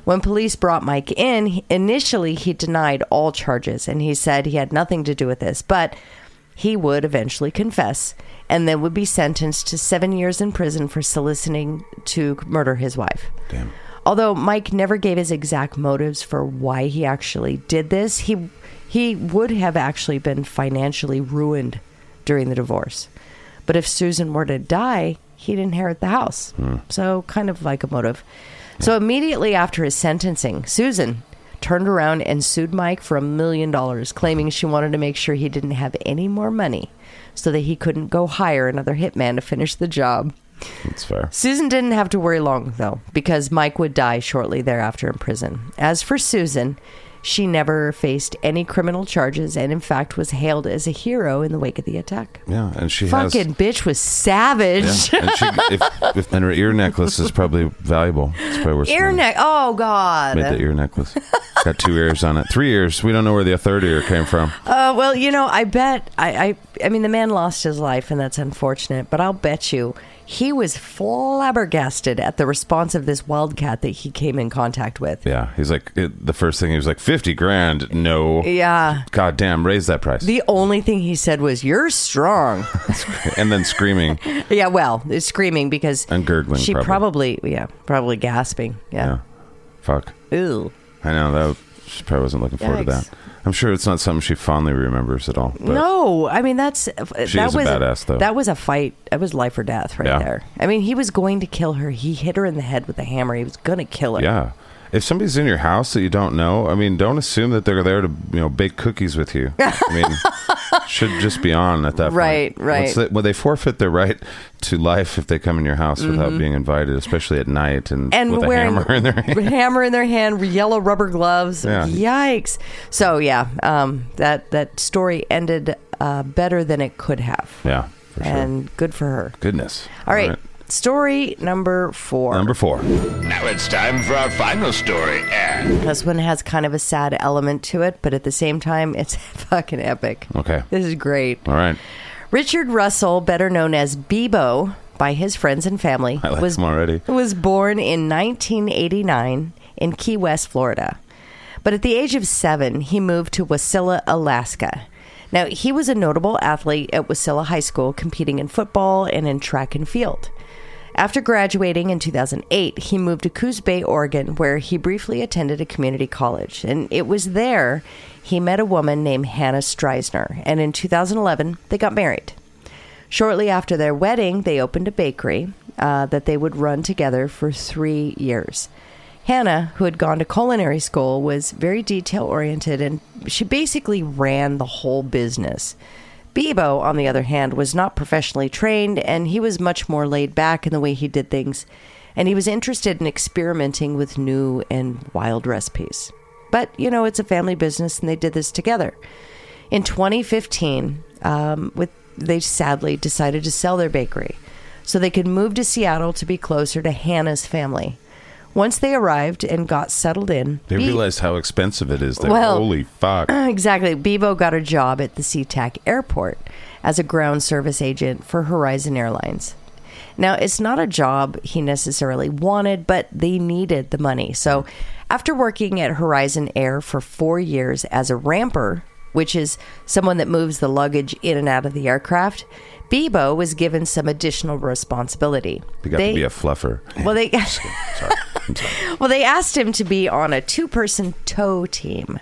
B: When police brought Mike in, he- initially he denied all charges and he said he had nothing to do with this, but he would eventually confess and then would be sentenced to seven years in prison for soliciting to murder his wife.
A: Damn.
B: Although Mike never gave his exact motives for why he actually did this, he he would have actually been financially ruined during the divorce. But if Susan were to die, he'd inherit the house. So kind of like a motive. So immediately after his sentencing, Susan turned around and sued Mike for a million dollars, claiming she wanted to make sure he didn't have any more money so that he couldn't go hire another hitman to finish the job.
A: That's fair.
B: Susan didn't have to worry long, though, because Mike would die shortly thereafter in prison. As for Susan, she never faced any criminal charges and, in fact, was hailed as a hero in the wake of the attack.
A: Yeah, and she
B: Fucking bitch was savage.
A: has. Yeah, <laughs> and, she, if, if, and her ear necklace is probably valuable. It's probably worth some
B: <laughs> Ear
A: money.
B: neck. Oh, God.
A: Made the ear necklace. It's got two ears on it. Three ears. We don't know where the third ear came from.
B: Uh, well, you know, I bet I, I I mean the man lost his life and that's unfortunate, but I'll bet you he was flabbergasted at the response of this wildcat that he came in contact with.
A: Yeah, he's like it, the first thing he was like fifty grand. No,
B: Yeah.
A: God damn, raise that price.
B: The only thing he said was, "You're strong."
A: <laughs>
B: <laughs>
A: and then screaming.
B: yeah, well, it's screaming because
A: And gurgling,
B: She
A: probably.
B: probably, yeah, probably gasping.
A: Yeah,
B: Yeah.
A: fuck.
B: Ooh.
A: I know that she probably wasn't looking forward to
B: Yikes.
A: that. I'm sure it's not something she fondly remembers at all. But
B: no, I mean that's uh,
A: She
B: that
A: is a
B: was
A: badass, though.
B: That was a fight. That was life or death right
A: Yeah.
B: there. I mean, he was going to kill her. He hit her in the head with a hammer. He was gonna kill her.
A: yeah, if somebody's in your house that you don't know, I mean, don't assume that they're there to you know bake cookies with you. I
B: <laughs>
A: mean, should just be on at that
B: Right,
A: point.
B: right.
A: Once They, well, they forfeit their right to life if they come in your house without being invited, especially at night and,
B: Mm-hmm. and
A: with
B: wearing
A: a hammer in their hand.
B: <laughs> hammer in their hand, yellow rubber gloves.
A: Yeah.
B: Yikes! So yeah, um, that that story ended uh, better than it could have,
A: Yeah, for sure.
B: and good for her.
A: Goodness.
B: All right. Story number four.
A: Number four.
C: Now it's time for our final story, and
B: This one has kind of a sad element to it, but at the same time, it's <laughs> fucking epic.
A: Okay.
B: This is great.
A: All right.
B: Richard Russell, better known as Bebo by his friends and family,
A: I like him already.
B: was born in 1989 in Key West, Florida. But at the age of seven, he moved to Wasilla, Alaska. Now, he was a notable athlete at Wasilla High School, competing in football and in track and field. After graduating in 2008, he moved to Coos Bay, Oregon, where he briefly attended a community college. And it was there he met a woman named Hannah Streisner. And in 2011, they got married. Shortly after their wedding, they opened a bakery uh, that they would run together for three years. Hannah, who had gone to culinary school, was very detail oriented and she basically ran the whole business. Bebo, on the other hand, was not professionally trained and he was much more laid back in the way he did things, and he was interested in experimenting with new and wild recipes. But, you know, it's a family business and they did this together. In 2015, um, with they sadly decided to sell their bakery so they could move to Seattle to be closer to Hannah's family. Once they arrived and got settled in,
A: They
B: Be-
A: realized how expensive it is. They're,
B: Well-
A: holy
B: <clears throat>
A: fuck.
B: exactly. Bebo got a job at the SeaTac airport as a ground service agent for Horizon Airlines. Now, it's not a job he necessarily wanted, but they needed the money. So, after working at Horizon Air for four years as a ramper, which is someone that moves the luggage in and out of the aircraft, Bebo was given some additional responsibility.
A: They got to be a fluffer.
B: well, they.
A: Sorry. I'm sorry.
B: <laughs> Well, they asked him to be on a two person tow team.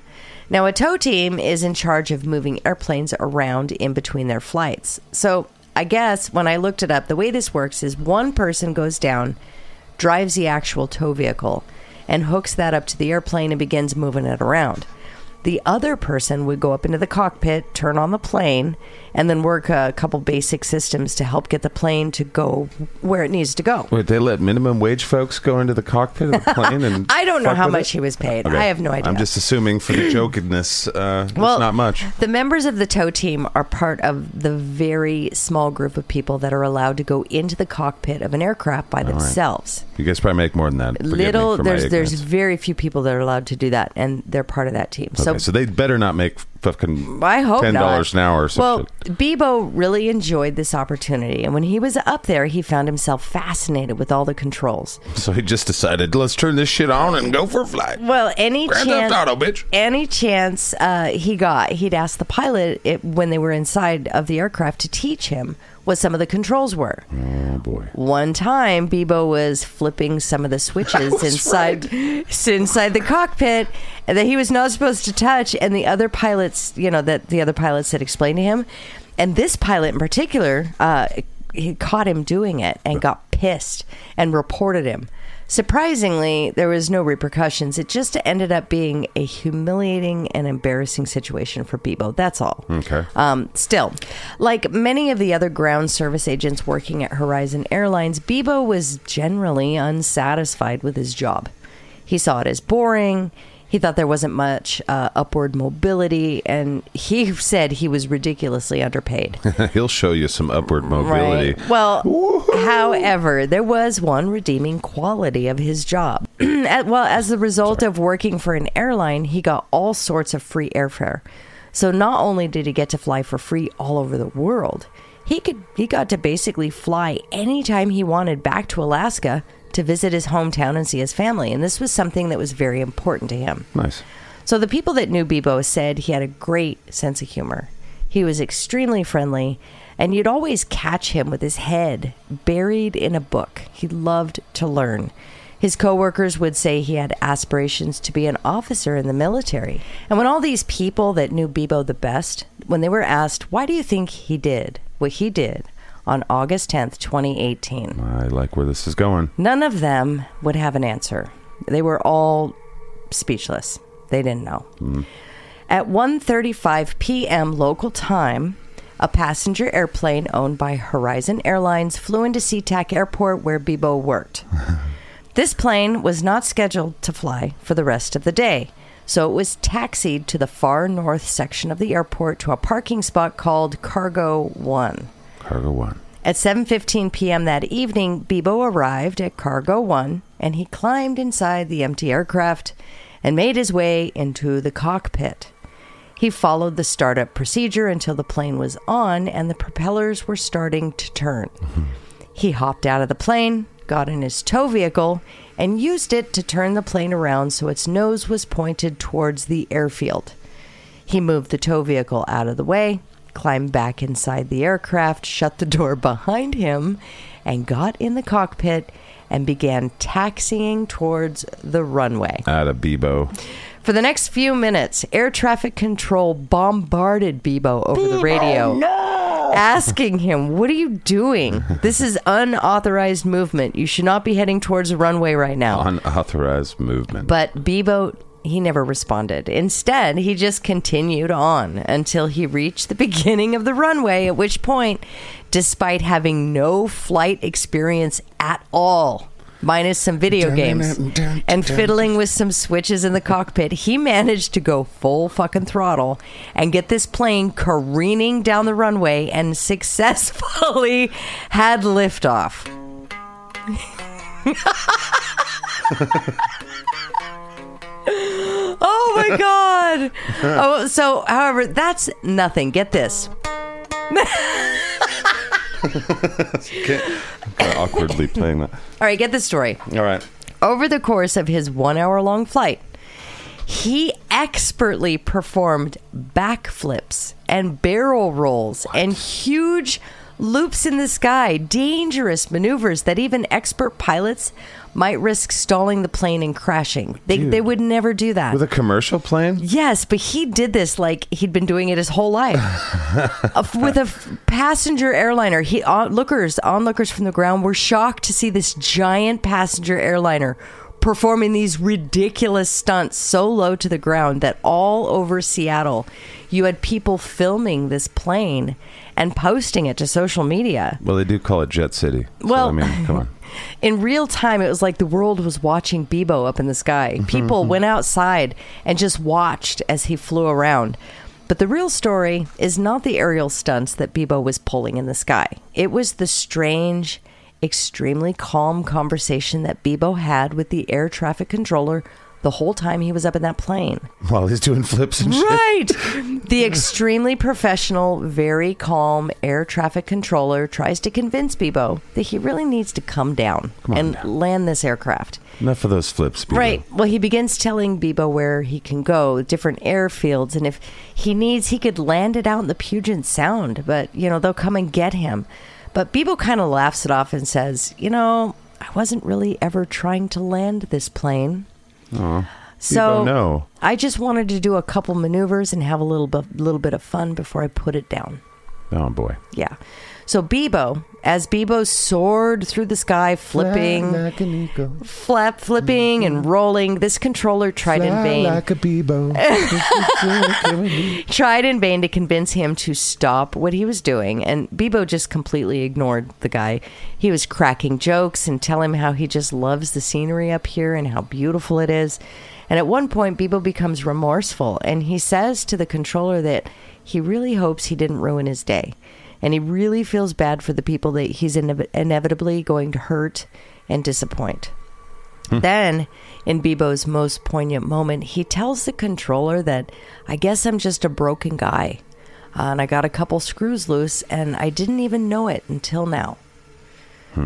B: Now, a tow team is in charge of moving airplanes around in between their flights. So, I guess when I looked it up, the way this works is one person goes down, drives the actual tow vehicle, and hooks that up to the airplane and begins moving it around. The other person would go up into the cockpit, turn on the plane, and then work a couple basic systems to help get the plane to go where it needs to go.
A: Wait, they let minimum wage folks go into the cockpit of the
B: <laughs>
A: plane and
B: I don't know
A: fuck
B: how
A: with
B: much
A: it?
B: he was paid.
A: Okay.
B: I have no idea.
A: I'm just assuming for
B: <clears throat>
A: the jokedness, uh, it's not much.
B: The members of the tow team are part of the very small group of people that are allowed to go into the cockpit of an aircraft by themselves.
A: You guys probably make more than that. Forgive me
B: Little
A: for my
B: there's there's
A: ignorance.
B: very few people that are allowed to do that, and they're part of that team.
A: Okay, so they better not make fucking
B: I hope
A: ten dollars
B: not.
A: an hour. Or some
B: well,
A: shit.
B: Bebo really enjoyed this opportunity, and when he was up there, he found himself fascinated with all the controls.
A: so he just decided let's turn this shit on and go for a flight.
B: Well, any
F: Grand
B: chance,
F: Theft Auto, bitch.
B: any chance uh, he got, he'd ask the pilot it, when they were inside of the aircraft to teach him what some of the controls were.
A: Oh boy,
B: One time, Bebo was flipping some of the switches inside inside the cockpit that he was not supposed to touch, and the other pilots, you know, that the other pilots had explained to him, and this pilot in particular, uh, he caught him doing it and got pissed and reported him. Surprisingly, there was no repercussions. It just ended up being a humiliating and embarrassing situation for Bebo. That's all.
A: Okay.
B: Um, still, like many of the other ground service agents working at Horizon Airlines, Bebo was generally unsatisfied with his job. He saw it as boring. He thought there wasn't much uh, upward mobility, and he <laughs> said he was ridiculously underpaid.
A: <laughs> he'll show you some upward mobility.
B: Right. Well, however, there was one redeeming quality of his job. <clears throat> At- well, as the result of working for an airline, he got all sorts of free airfare. So not only did he get to fly for free all over the world, he could he got to basically fly anytime he wanted back to Alaska to visit his hometown and see his family, and this was something that was very important to him.
A: Nice.
B: So the people that knew Bebo said he had a great sense of humor. He was extremely friendly, and you'd always catch him with his head buried in a book. He loved to learn. His coworkers would say he had aspirations to be an officer in the military. And when all these people that knew Bebo the best, when they were asked, "Why do you think he did what he did?" on August 10th, 2018,
A: I like where this is going.
B: None of them would have an answer. They were all speechless. They didn't know. At 1:35 p.m. local time, a passenger airplane owned by Horizon Airlines flew into SeaTac Airport where Bebo worked. this plane was not scheduled to fly for the rest of the day, so it was taxied to the far north section of the airport to a parking spot called Cargo 1.
A: Cargo one.
B: At 7:15 p.m. that evening, Bebo arrived at Cargo 1 and he climbed inside the empty aircraft and made his way into the cockpit. He followed the startup procedure until the plane was on and the propellers were starting to turn. He hopped out of the plane, got in his tow vehicle, and used it to turn the plane around so its nose was pointed towards the airfield. He moved the tow vehicle out of the way, climbed back inside the aircraft, shut the door behind him, and got in the cockpit and began taxiing towards the runway.
A: Out of Bebo.
B: For the next few minutes, air traffic control bombarded Bebo over the radio, asking him, What are you doing? This is unauthorized movement. You should not be heading towards the runway right now.
A: Uh-huh. Unauthorized movement.
B: But Bebo, he never responded. Instead, he just continued on until he reached the <laughs> beginning of the runway, at which point, despite having no flight experience at all, minus some video games and fiddling with some switches in the cockpit, he managed to go full fucking throttle and get this plane careening down the runway and successfully had liftoff. <laughs> Oh my god. oh, so however, that's nothing. Get this.
A: Kinda awkwardly playing that.
B: All right, get this story.
A: <laughs> All right.
B: Over the course of his 1-hour-long flight, he expertly performed backflips and barrel rolls and huge loops in the sky, dangerous maneuvers that even expert pilots might risk stalling the plane and crashing. They, they would never do that.
A: With a commercial plane?
B: Yes, but he did this like he'd been doing it his whole life A f- with a f- passenger airliner. He onlookers, onlookers from the ground were shocked to see this giant passenger airliner performing these ridiculous stunts so low to the ground that all over Seattle, you had people filming this plane and posting it to social media.
A: Well, they do call it Jet City. So,
B: Well-
A: I
B: <laughs>
A: mean, come on.
B: In real time, it was like the world was watching Bebo up in the sky. People went outside and just watched as he flew around. But the real story is not the aerial stunts that Bebo was pulling in the sky. It was the strange, extremely calm conversation that Bebo had with the air traffic controller the whole time he was up in that plane.
A: While he's doing flips and shit.
B: Right. <laughs> The extremely professional, very calm air traffic controller tries to convince Bebo that he really needs to come down
A: on
B: and
A: now.
B: land this aircraft.
A: Enough of those flips, Bebo.
B: Right. Well, he begins telling Bebo where he can go, different airfields, and if he needs, he could land it out in the Puget Sound, but, you know, they'll come and get him. But Bebo kind of laughs it off and says, you know, I wasn't really ever trying to land this plane. So
A: Bebo, no.
B: I just wanted to do a couple maneuvers and have a little bit, little bit of fun before I put it down.
A: Oh, boy.
B: Yeah. So Bebo, as Bebo soared through the sky, flipping, flap, flipping and rolling, this controller tried in vain, <laughs>
G: a Bebo.
B: tried in vain to convince him to stop what he was doing, and Bebo just completely ignored the guy. He was cracking jokes and telling him how he just loves the scenery up here and how beautiful it is. And at one point, Bebo becomes remorseful, and he says to the controller that he really hopes he didn't ruin his day and he really feels bad for the people that he's ine- inevitably going to hurt and disappoint. <laughs> then, in Bebo's most poignant moment, he tells the controller that I guess I'm just a broken guy, uh, and I got a couple screws loose, and I didn't even know it until now.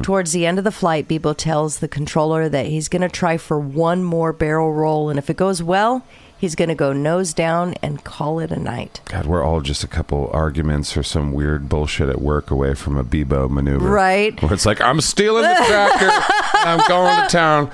B: Towards the end of the flight, Bebo tells the controller that he's going to try for one more barrel roll, and if it goes well, he's going to go nose down and call it a night.
A: God, we're all just a couple arguments or some weird bullshit at work away from a Bebo maneuver.
B: Right.
A: Where it's like, I'm stealing the tractor. I'm going to town.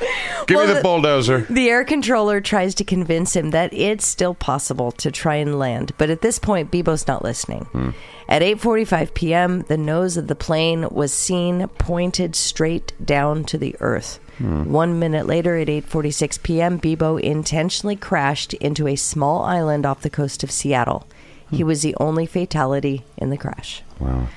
A: Give
B: Well,
A: me the,
B: the-
A: bulldozer.
B: <laughs> The air controller tries to convince him that it's still possible to try and land, but at this point Bebo's not listening. At 8:45 p.m., the nose of the plane was seen pointed straight down to the earth. 1 minute later at 8:46 p.m., Bebo intentionally crashed into a small island off the coast of Seattle. He was the only fatality in the crash.
A: Wow.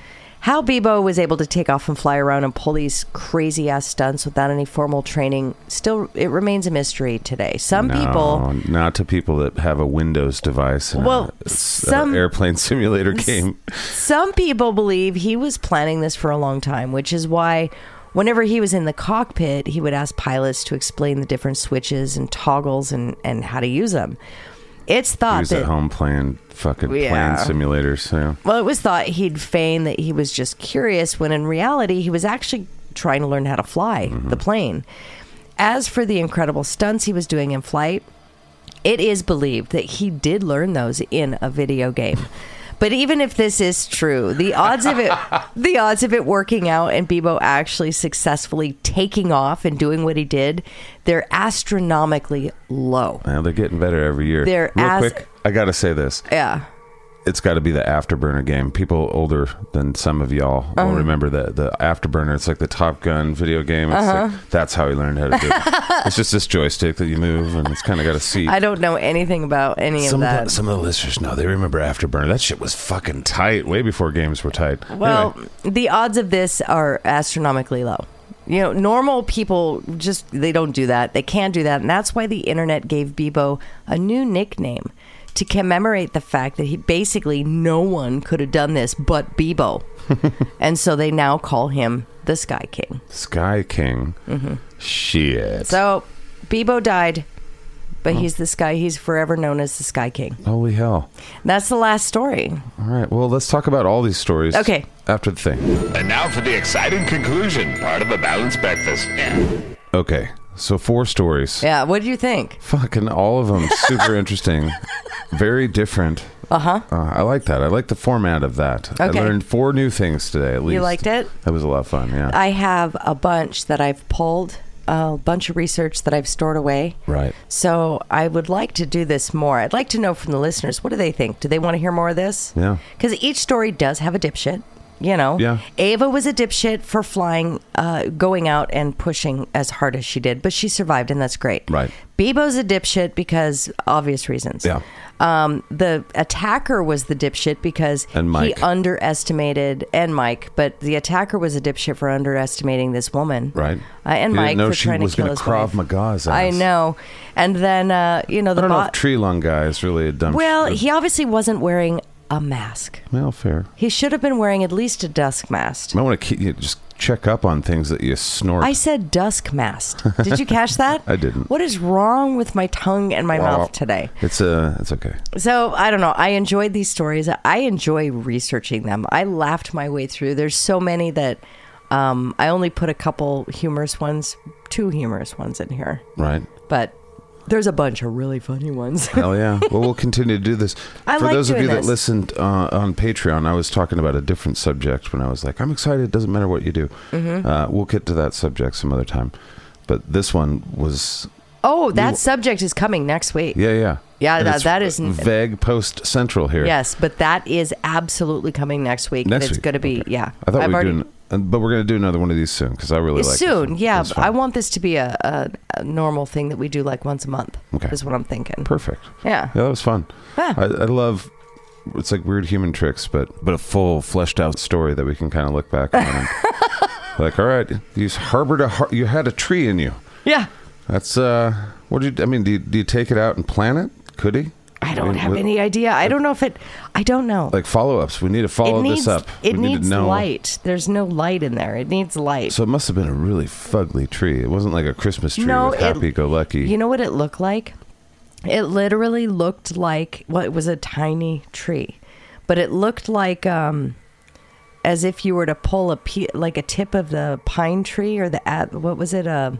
B: How Bebo was able to take off and fly around and pull these crazy ass stunts without any formal training still it remains a mystery today. Some people
A: No, not to people that have a Windows device. And
B: Well,
A: a, s- a
B: some-
A: airplane <laughs> simulator game.
B: some people believe he was planning this for a long time, which is why whenever he was in the cockpit, he would ask pilots to explain the different switches and toggles and and how to use them. It's
A: He
B: thought
A: was
B: that
A: at home playing fucking
B: Yeah.
A: plane simulators. So
B: Well, it was thought he'd feign that he was just curious, when in reality, he was actually trying to learn how to fly the plane. As for the incredible stunts he was doing in flight, it is believed that he did learn those in a video game. But even if this is true, the odds of it the odds of it working out and Bebo actually successfully taking off and doing what he did, they're astronomically low.
A: now they're getting better every year.
B: They're
A: Real
B: as-
A: quick, I gotta say this.
B: Yeah.
A: it's got to be the afterburner game. People older than some of y'all
B: Uh-huh.
A: will remember the the afterburner. It's like the Top Gun video game. It's
B: Uh-huh.
A: like, that's how he learned how to do
B: <laughs>
A: it. it's just this joystick that you move, and it's kind of got a seat.
B: I don't know anything about any
A: some,
B: of
A: of
B: that.
A: the, some of the listeners know they remember afterburner. That shit was fucking tight. Way before games were tight.
B: Well,
A: Anyway,
B: the odds of this are astronomically low. You know, normal people just they don't do that. They can't do that, and that's why the internet gave Bebo a new nickname to commemorate the fact that he basically no one could have done this but Bebo. and so they now call him the Sky King.
A: Sky King. Shit.
B: Mm-hmm. So Bebo died, but he's the Sky he's forever known as the Sky King.
A: Holy hell.
B: That's the last story.
A: All right. Well, let's talk about all these stories.
B: Okay.
A: After the thing.
C: And now for the exciting conclusion, part of a balanced breakfast.
A: Okay. So four stories.
B: Yeah, what do you think?
A: Fucking all of them
B: <laughs>
A: super interesting, very different. Uh-huh. I like that. I like the format of that.
B: Okay.
A: I learned four new things today. At least
B: liked it? Uh,
A: That was a lot of fun. Yeah.
B: I have a bunch that I've pulled, a bunch of research that I've stored away.
A: right.
B: So I would like to do this more. I'd like to know from the listeners what do they think? Do they want to hear more of this?
A: Yeah.
B: Because each story does have a dipshit. You know,
A: Yeah.
B: Ava was a dipshit for flying, uh, going out and pushing as hard as she did, but she survived, and that's great.
A: Right.
B: Bebo's a dipshit because obvious reasons.
A: Yeah.
B: Um, the attacker was the dipshit because
A: And
B: he
A: Mike.
B: underestimated and Mike, but the attacker was a dipshit for underestimating this woman.
A: Right.
B: Uh, and
A: He didn't
B: Mike
A: know
B: for
A: she
B: trying
A: was
B: to kill
A: gonna
B: his
A: Krav
B: wife.
A: Maga's
B: I
A: ass.
B: know. And then uh, you know
A: I
B: the
A: don't know if
B: bot.
A: tree lung guy is really a dumb.
B: well,
A: sh-
B: he obviously wasn't wearing a mask.
A: well, fair.
B: He should have been wearing at least a dusk mask.
A: You might want to keep, you just check up on things that you snort.
B: I said dusk mask. Did
A: <laughs>
B: you catch that?
A: I didn't.
B: What is wrong with my tongue and my mouth today?
A: It's uh, it's okay.
B: So I don't know. I enjoyed these stories. I enjoy researching them. I laughed my way through. There's so many that um, I only put a couple humorous ones, two humorous ones in here,
A: Right.
B: but there's a bunch of really funny ones.
A: Hell yeah. Well, we'll continue to do this.
B: I
A: For
B: like
A: those of
B: doing
A: you
B: this.
A: that listened uh, on Patreon, I was talking about a different subject when I was like, I'm excited. It doesn't matter what you do.
B: Mm-hmm.
A: Uh, we'll get to that subject some other time. But this one was,
B: <laughs> oh, that subject is coming next week.
A: yeah, yeah.
B: Yeah,
A: And
B: that-
A: it's
B: that is-
A: Vague post central here.
B: Yes, but that is absolutely coming next week. and
A: Next
B: it's
A: week.
B: going to be
A: Okay.
B: yeah.
A: I thought
B: I've
A: we were
B: already-
A: doing, and- uh, but we're going to do another one of these soon because I really like this
B: soon.
A: one.
B: Yeah,
A: It's
B: but I
A: fun.
B: want this to be a, a, a normal thing that we do like once a month.
A: Okay.
B: is what I'm thinking.
A: Perfect.
B: Yeah.
A: Yeah, that was fun.
B: Yeah.
A: I, I love. It's like weird human tricks, but but a full fleshed out story that we can kind of look back on.
B: <laughs>
A: And like, all right, you harbored a har- you had a tree in you.
B: Yeah,
A: That's uh, what do you? I mean, do you, do you take it out and plant it? Could he?
B: I don't
A: mean,
B: have
A: with-
B: any idea. I don't know if it. I don't know.
A: Like follow ups. We need to follow
B: it needs
A: this up.
B: it
A: we
B: needs
A: need to know.
B: light. There's no light in there. It needs light.
A: So it must have been a really fugly tree. It wasn't like a Christmas tree
B: No,
A: with
B: it-
A: happy go lucky.
B: you know what it looked like? It literally looked like well, it was a tiny tree, but it looked like um, as if you were to pull a pe- like a tip of the pine tree or the at what was it a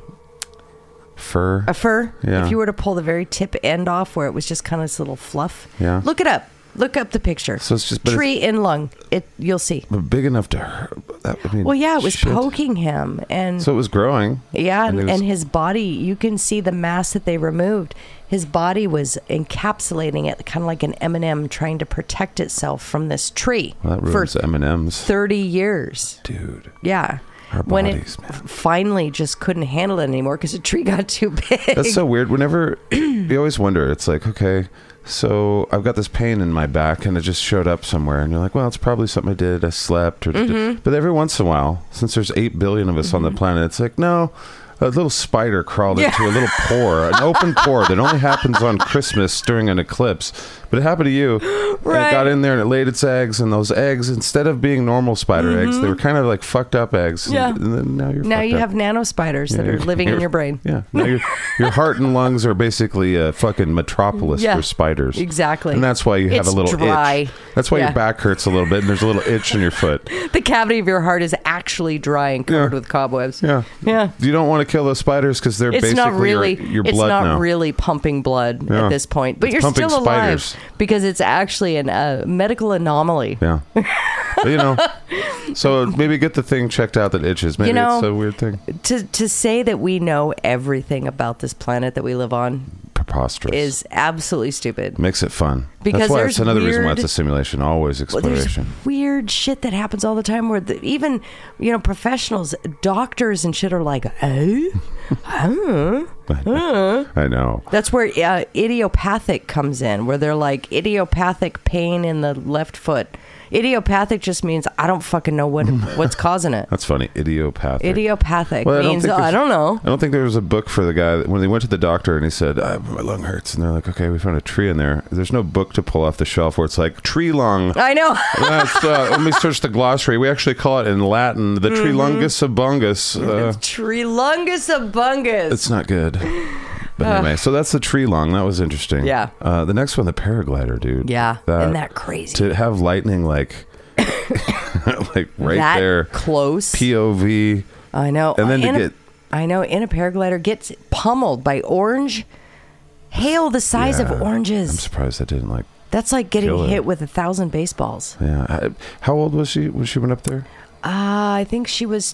A: Fur.
B: a fir.
A: Yeah.
B: If you were to pull the very tip end off where it was just kind of this little fluff.
A: Yeah.
B: Look it up. Look up the picture.
A: So it's just- but it's-
B: tree in lung. It you'll see.
A: but big enough to hurt. I mean,
B: Well, yeah, it was
A: shit.
B: poking him and
A: So it was growing.
B: Yeah, and,
A: it was-
B: and his body, you can see the mass that they removed. His body was encapsulating it, kind of like an M&M trying to protect itself from this tree
A: Well, that
B: for
A: ruins M and M's,
B: 30 years.
A: dude.
B: Yeah.
A: Our
B: when
A: bodies,
B: it
A: man.
B: finally just couldn't handle it anymore because the tree got too <laughs> big.
A: That's so weird. Whenever <clears throat> you always wonder, it's like, okay, so I've got this pain in my back and it just showed up somewhere. And you're like, well, it's probably something I did. I slept. Or
B: Mm-hmm.
A: But every once in a while, since there's 8 billion of us on the planet, it's like, no, a little spider crawled into a little pore, an open pore that only happens on Christmas during an eclipse. But it happened to
B: <gasps>
A: you. And it
B: Right.
A: got in there and it laid its eggs. And those eggs, instead of being normal spider eggs, they were kind of like fucked up eggs. and-
B: Mm-hmm.
A: And,
B: Yeah.
A: then now you're
B: now
A: fucked
B: you
A: up.
B: have nano spiders that
A: Yeah,
B: are
A: you're- <laughs>
B: living in
A: you're-
B: your brain.
A: Yeah. Now your, your heart and lungs are basically a fucking metropolis
B: Yeah,
A: for spiders.
B: exactly.
A: And that's why you have
B: It's
A: a little
B: dry.
A: itch. That's why
B: Yeah.
A: your back hurts a little bit and there's a little itch in your
B: <laughs>
A: foot.
B: The cavity of your heart is actually dry and covered
A: Yeah.
B: with cobwebs.
A: Yeah.
B: Yeah.
A: You don't want to kill those spiders because they're
B: It's
A: basically
B: not really
A: your, your
B: it's
A: blood
B: not
A: now.
B: really pumping blood
A: Yeah.
B: at this point. But
A: It's
B: you're
A: pumping
B: still alive
A: spiders.
B: because it's actually a uh, medical anomaly.
A: Yeah. But, you
B: <laughs>
A: know, so maybe get the thing checked out that itches. Maybe
B: know,
A: it's a weird thing.
B: To to say that we know everything about this planet that we live on
A: Preposterous.
B: is absolutely stupid.
A: Makes it fun.
B: Because
A: That's why
B: there's
A: it's another reason why
B: weird-
A: it's a simulation. Always
B: Well, there's
A: exploration. <laughs>
B: weird shit that happens all the time where the, even you know professionals, doctors and shit are like, oh,
A: I know.
B: that's where uh, idiopathic comes in, where they're like idiopathic pain in the left foot. Idiopathic just means I don't fucking know what what's
A: <laughs>
B: causing it.
A: That's funny. Idiopathic.
B: Idiopathic means
A: think
B: oh, I
A: there's- <laughs>
B: don't know.
A: I don't think there was a book for the guy that, when they went to the doctor and he said, "Ah, "My lung hurts," and they're like, "Okay, we found a tree in there." There's no book to pull off the shelf where it's like tree lung. <laughs>
B: I know.
A: That's, uh, let me search the glossary. We actually call it in Latin the
B: Mm-hmm.
A: tree lungus abungus.
B: <laughs>
A: Uh,
B: Tree lungus abungus.
A: it's not good.
B: <laughs>
A: But anyway, so that's the tree lung. That was interesting.
B: Yeah.
A: Uh, the next one, the paraglider, dude.
B: Yeah, isn't that crazy?
A: To have lightning
B: <coughs>
A: like, <laughs> like right
B: that
A: there,
B: close.
A: POV.
B: I know.
A: And then to
B: in a-
A: get-
B: I know, in a paraglider gets pummeled by orange hail the size
A: Yeah.
B: of
A: I'm
B: oranges.
A: surprised I didn't like
B: That's like getting
A: Killer.
B: hit with a thousand baseballs.
A: Yeah. I- How old was she when she went up there?
B: Uh, I think she was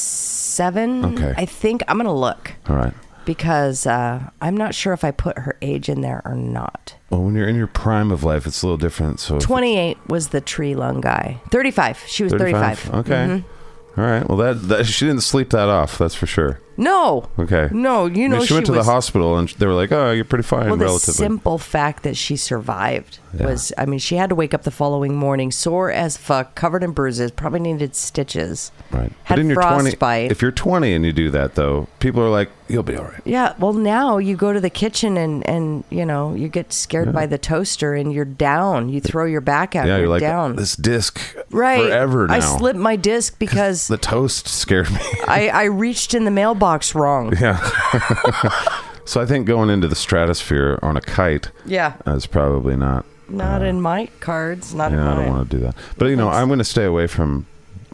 B: 27.
A: Okay.
B: I think I'm going to look
A: All right.
B: because uh, I'm not sure if I put her age in there or not.
A: Well, when you're in your prime of life, it's a little different. So if-
B: 28 was the tree lung guy. 35. She was 35.
A: Okay.
B: Mm-hmm.
A: All right. Well, that, that she didn't sleep that off. That's for sure.
B: No.
A: Okay.
B: No, you
A: I mean,
B: know
A: she, went to
B: was-
A: the hospital and they were like, "Oh, you're pretty fine,
B: Well, the
A: relatively."
B: simple fact that she survived
A: Yeah.
B: was, I mean, she had to wake up the following morning sore as fuck, covered in bruises, probably needed stitches.
A: right.
B: Had frostbite.
A: if you're 20 and you do that though, people are like, "You'll be all right."
B: yeah, well, now you go to the kitchen and, and you know, you get scared by the toaster and you're down. You throw your back out.
A: Yeah,
B: you're,
A: you're like
B: down.
A: this disc
B: right.
A: forever now.
B: I slipped my disc
A: <laughs>
B: because
A: The toast scared me. <laughs>
B: I, I reached in the mailbox wrong.
A: so I think going into the stratosphere on a kite
B: Yeah.
A: is probably not
B: Not in my cards. Not in
A: Uh, Yeah, I
B: mine.
A: don't want to do that. But you know, I'm going to stay away from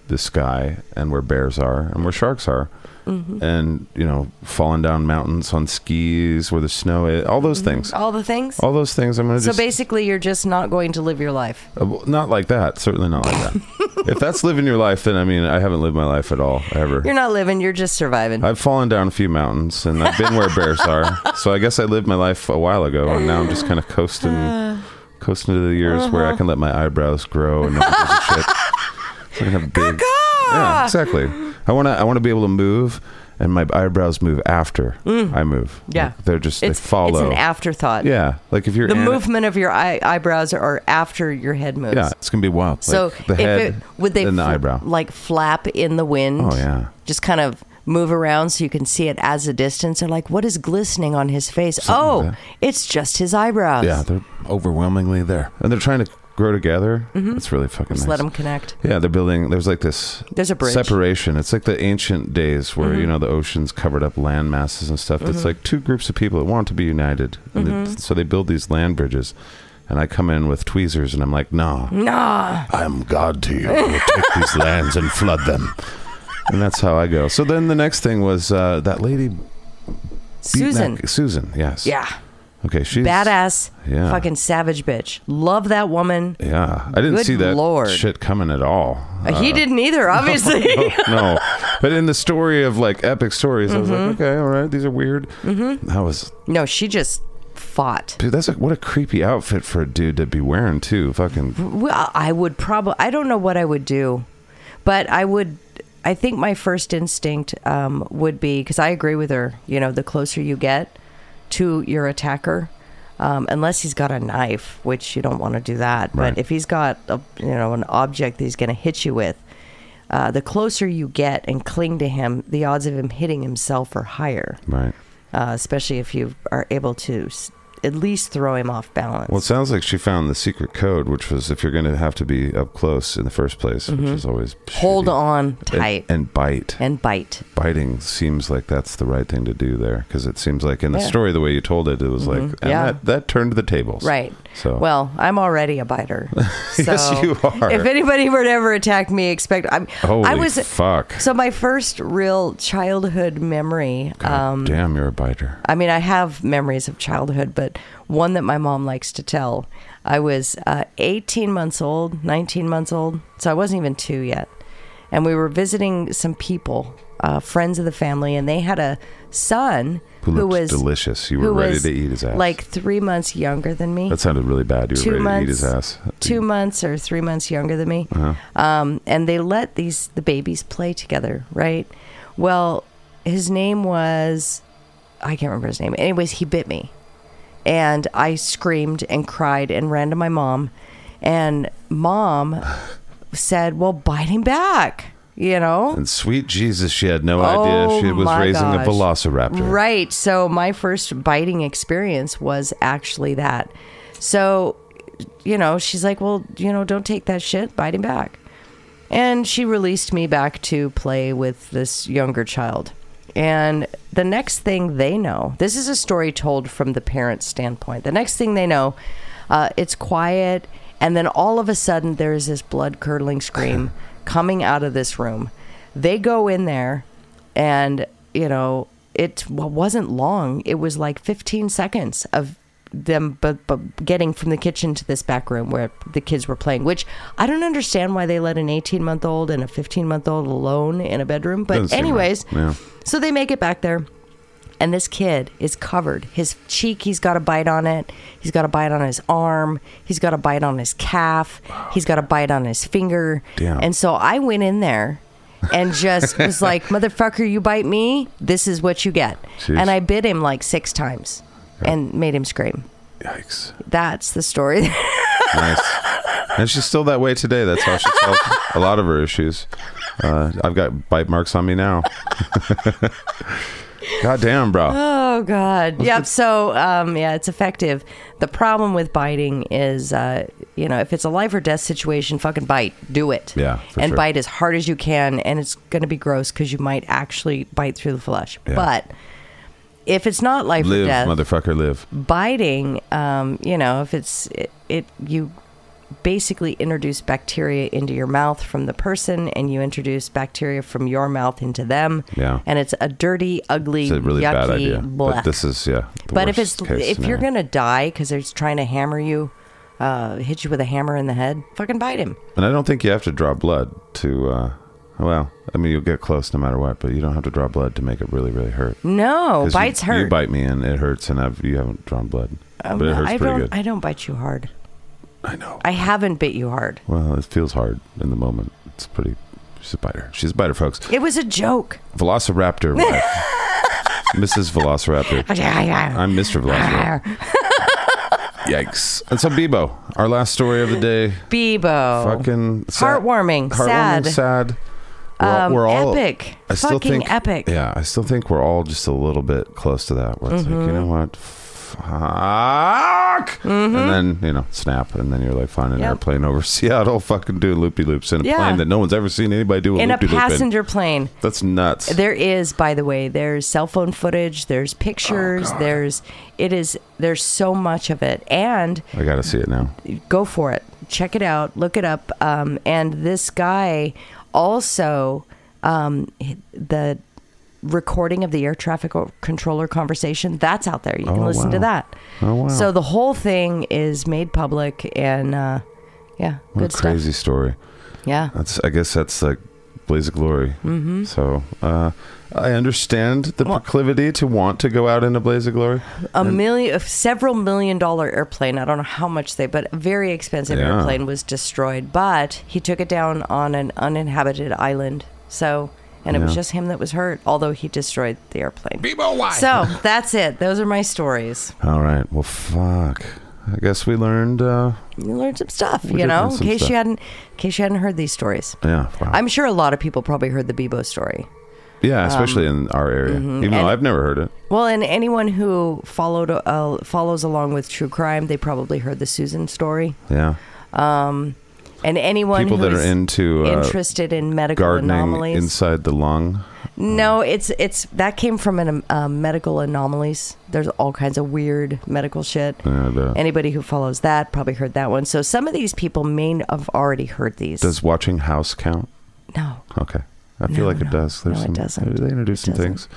A: the sky and where bears are and where sharks are,
B: Mm-hmm.
A: and you know, falling down mountains on skis where the snow is, all those things.
B: All the things.
A: All those things. I'm going to
B: Mm-hmm. so
A: just
B: basically, you're just not going to live your life.
A: uh, well, not like that. Certainly not like that.
B: <laughs>
A: if that's living your life, then I mean, I haven't lived my life at all ever.
B: You're not living. You're just surviving.
A: I've fallen down a few mountains and I've been where bears
B: <laughs>
A: are. So I guess I lived my life a while ago and now I'm just kind of coasting
B: Uh.
A: coasting to the years where
B: Uh-huh.
A: I can let my eyebrows grow and no one gives a
B: <laughs>
A: shit. So I can have big,
B: Ah.
A: yeah, exactly. I want to I want to be able to move and my eyebrows move after I move.
B: Mm. Yeah.
A: Like, they're just
B: it's,
A: they follow.
B: It's an afterthought.
A: yeah, like if you're
B: The
A: ana-
B: movement of your eye, eyebrows are after your head moves.
A: Yeah, it's going to be wild.
B: So
A: like the
B: if
A: head
B: it, would they
A: and the
B: fl-
A: eyebrow.
B: like flap in the wind?
A: Oh, yeah.
B: Just kind of move around so you can see it as a distance. They're like, what is glistening on his face? oh,
A: like that.
B: it's just his eyebrows.
A: yeah, they're overwhelmingly there. And they're trying to grow together. It's really fucking
B: Mm-hmm. Just
A: nice.
B: let them connect.
A: Yeah, they're building. There's like this.
B: There's a bridge. Mm-hmm.
A: separation. It's like the ancient days where you know the oceans covered up land masses and stuff. It's like two groups of people that want to be united, and
B: Mm-hmm.
A: they- so they build these land bridges. And I come in with tweezers, and I'm like, "Nah,
B: Nah.
A: I am God to you. I will take these lands and flood them." And that's how I go. So then the next thing was uh, that lady beat
B: Susan.
A: Mac- Susan, yes.
B: Yeah.
A: Okay, she's
B: Badass.
A: Yeah.
B: Fucking savage bitch. Love that woman.
A: Yeah, I didn't
B: Good
A: see that
B: Lord.
A: shit coming at
B: <laughs>
A: all. Oh,
B: he didn't either, obviously. <laughs>
A: no. But in the story of like epic stories, I was
B: Mm-hmm.
A: like, okay, all right, these are weird. That was
B: no, she just fought.
A: dude. That's like what a creepy outfit for a dude to be wearing too. Fucking
B: Well, I would probably. I don't know what I would do, but I would. I think my first instinct um, would be because I agree with her. You know, the closer you get to your attacker, um, unless he's got a knife, which you don't want to do that.
A: Right.
B: But if he's got a, you know an object that he's going to hit you with, uh, the closer you get and cling to him, the odds of him hitting himself are higher.
A: Right.
B: Uh, especially if you are able to s- at least throw him off balance.
A: Well, it sounds like she found the secret code, which was if you're going to have to be up close in the first place, which is always
B: Mm-hmm. Hold
A: shitty.
B: on
A: And-
B: tight
A: and, bite.
B: and bite.
A: Biting seems like that's the right thing to do there because it seems like in the
B: Yeah. Mm-hmm.
A: story, the way you told it, it was like and
B: Yeah.
A: that, that turned the tables.
B: Right.
A: So
B: Well, I'm already a biter. So
A: <laughs> Yes, you are.
B: If anybody were to ever attack me, expect I'm.
A: holy
B: I was
A: fuck.
B: so my first real childhood memory.
A: God
B: Um,
A: damn, you're a biter.
B: I mean, I have memories of childhood, but one that my mom likes to tell. I was uh, 18 months old, 19 months old, so I wasn't even two yet. And we were visiting some people, uh, friends of the family, and they had a son
A: Who,
B: who,
A: looks
B: was
A: delicious? You
B: who
A: were ready
B: was
A: to eat his ass.
B: Like three months younger than me
A: that sounded really bad. You were
B: two
A: ready
B: months,
A: to eat his ass.
B: two months or three months younger than me. Um, and they let these the babies play together, right? Well, his name was I can't remember his name. Anyways, he bit me, and I screamed and cried and ran to my mom, and mom said, "Well, bite him back," you know.
A: And sweet Jesus, she had no
B: Oh
A: idea she was
B: my
A: raising
B: gosh.
A: a velociraptor.
B: Right. So my first biting experience was actually that. So, you know, she's like, well, you know, don't take that shit, bite him back. And she released me back to play with this younger child. And the next thing they know, this is a story told from the parent's standpoint. The next thing they know, uh, it's quiet. And then all of a sudden, there is this blood curdling scream coming out of this room. They go in there, and, you know, it w- wasn't long. It was like 15 seconds of them but, but getting from the kitchen to this back room where the kids were playing which i don't understand why they let an 18 month old and a 15 month old alone in a bedroom
A: Doesn't
B: but
A: seem right.
B: anyways
A: Yeah.
B: so they make it back there and this kid is covered his cheek he's got a bite on it he's got a bite on his arm he's got a bite on his calf he's got a bite on his finger
A: Damn.
B: and so i went in there and
A: <laughs>
B: just was like motherfucker you bite me this is what you get
A: Jeez.
B: and i bit him like six times and made him scream
A: Yikes.
B: that's the story. <laughs>
A: Nice. And she's still that way today. That's how she solved a lot of her issues. Uh, I've got bite marks on me now. <laughs> God damn, bro.
B: oh God. Yep. So um, yeah, it's effective. The problem with biting is, uh, you know, if it's a life or death situation, fucking bite. Do it.
A: Yeah, for
B: And
A: sure.
B: bite as hard as you can, and it's going to be gross because you might actually bite through the flesh.
A: Yeah.
B: But if it's not life or
A: Live,
B: death,
A: motherfucker, live.
B: biting, um, you know, if it's it, it, you basically introduce bacteria into your mouth from the person, and you introduce bacteria from your mouth into them.
A: Yeah.
B: and it's a dirty, ugly,
A: It's a really
B: yucky.
A: bad idea.
B: blech.
A: But this is yeah. the
B: But if it's
A: worst case
B: if you're
A: scenario.
B: gonna die because they're trying to hammer you, uh, hit you with a hammer in the head, fucking bite him.
A: and I don't think you have to draw blood to. Uh, well, I mean, you'll get close no matter what, but you don't have to draw blood to make it really, really hurt.
B: No,
A: 'Cause you-
B: bites hurt.
A: You bite me and it hurts, and I've, you haven't drawn blood,
B: Um,
A: but it hurts
B: I
A: pretty
B: don't.
A: good.
B: I don't bite you hard.
A: I know.
B: I haven't bit you hard.
A: Well, it feels hard in the moment. It's pretty. She's a biter. She's a biter, folks.
B: It was a joke.
A: Velociraptor.
B: <laughs>
A: wife. Mrs. Velociraptor. I'm Mr. Velociraptor. Yikes. And so, Bebo, our last story of the day.
B: <laughs> Bebo.
A: Fucking sad-
B: Oh. Heartwarming,
A: Heartwarming,
B: sad.
A: sad. We're, all-
B: Um,
A: we're all
B: epic.
A: I still
B: Fucking
A: think,
B: epic.
A: Yeah, I still think we're all just a little bit close to that. Where it's
B: Mm-hmm.
A: like, you know what, fuck, and then you know, snap, and then you're like flying an
B: Yep.
A: airplane over <laughs> Seattle, fucking doing loopy loops in a
B: Yeah.
A: plane that no one's ever seen anybody do a
B: in a
A: loopy loop in.
B: passenger plane.
A: That's nuts.
B: There is, by the way, there's cell phone footage, there's
A: Oh,
B: pictures, there's it is there's so much of it, and
A: I gotta see it now.
B: go for it. Check it out, look it up. Um, and this guy also um, h- the recording of the air traffic o- controller conversation that's out there. You can
A: Oh,
B: listen to
A: wow.
B: that.
A: Oh, wow.
B: So the whole thing is made public, and uh, yeah,
A: What
B: good
A: a crazy Uh, story.
B: stuff. Yeah.
A: That's I guess that's like blaze of glory. Mm-hmm. So uh, I understand the proclivity to want to go out in a blaze of glory.
B: a million, a several million dollar airplane. I don't know how much they, but a very expensive
A: Yeah.
B: airplane was destroyed. But he took it down on an uninhabited island So, and it was
A: Yeah.
B: just him that was hurt, although he destroyed the airplane.
G: Bebo White.
B: So that's it. Those are my stories.
A: All right. Well, fuck. I guess we learned. Uh,
B: You learned some stuff,
A: did
B: you know.
A: learn
B: In
A: some
B: case
A: stuff.
B: you hadn't, in case you hadn't heard these stories,
A: yeah. Wow.
B: I'm sure a lot of people probably heard the Bebo story.
A: yeah, especially in our area. Even though
B: um, mm-hmm, and-
A: I've never heard it.
B: Well, and anyone who followed uh, follows along with true crime, they probably heard the Susan story.
A: Yeah.
B: And anyone
A: People
B: who
A: that are
B: is
A: into uh,
B: interested in medical
A: gardening mm.
B: anomalies.
A: inside the lung.
B: No, it's it's that came from an um, uh, medical anomalies. There's all kinds of weird medical shit.
A: Yeah, I bet.
B: Anybody who follows that probably heard that one. So some of these people may have already heard these.
A: Does watching House count?
B: no,
A: Okay. I feel
B: No,
A: like
B: no.
A: it does. There's
B: No, it
A: some,
B: doesn't.
A: They introduce
B: It
A: some
B: doesn't.
A: things.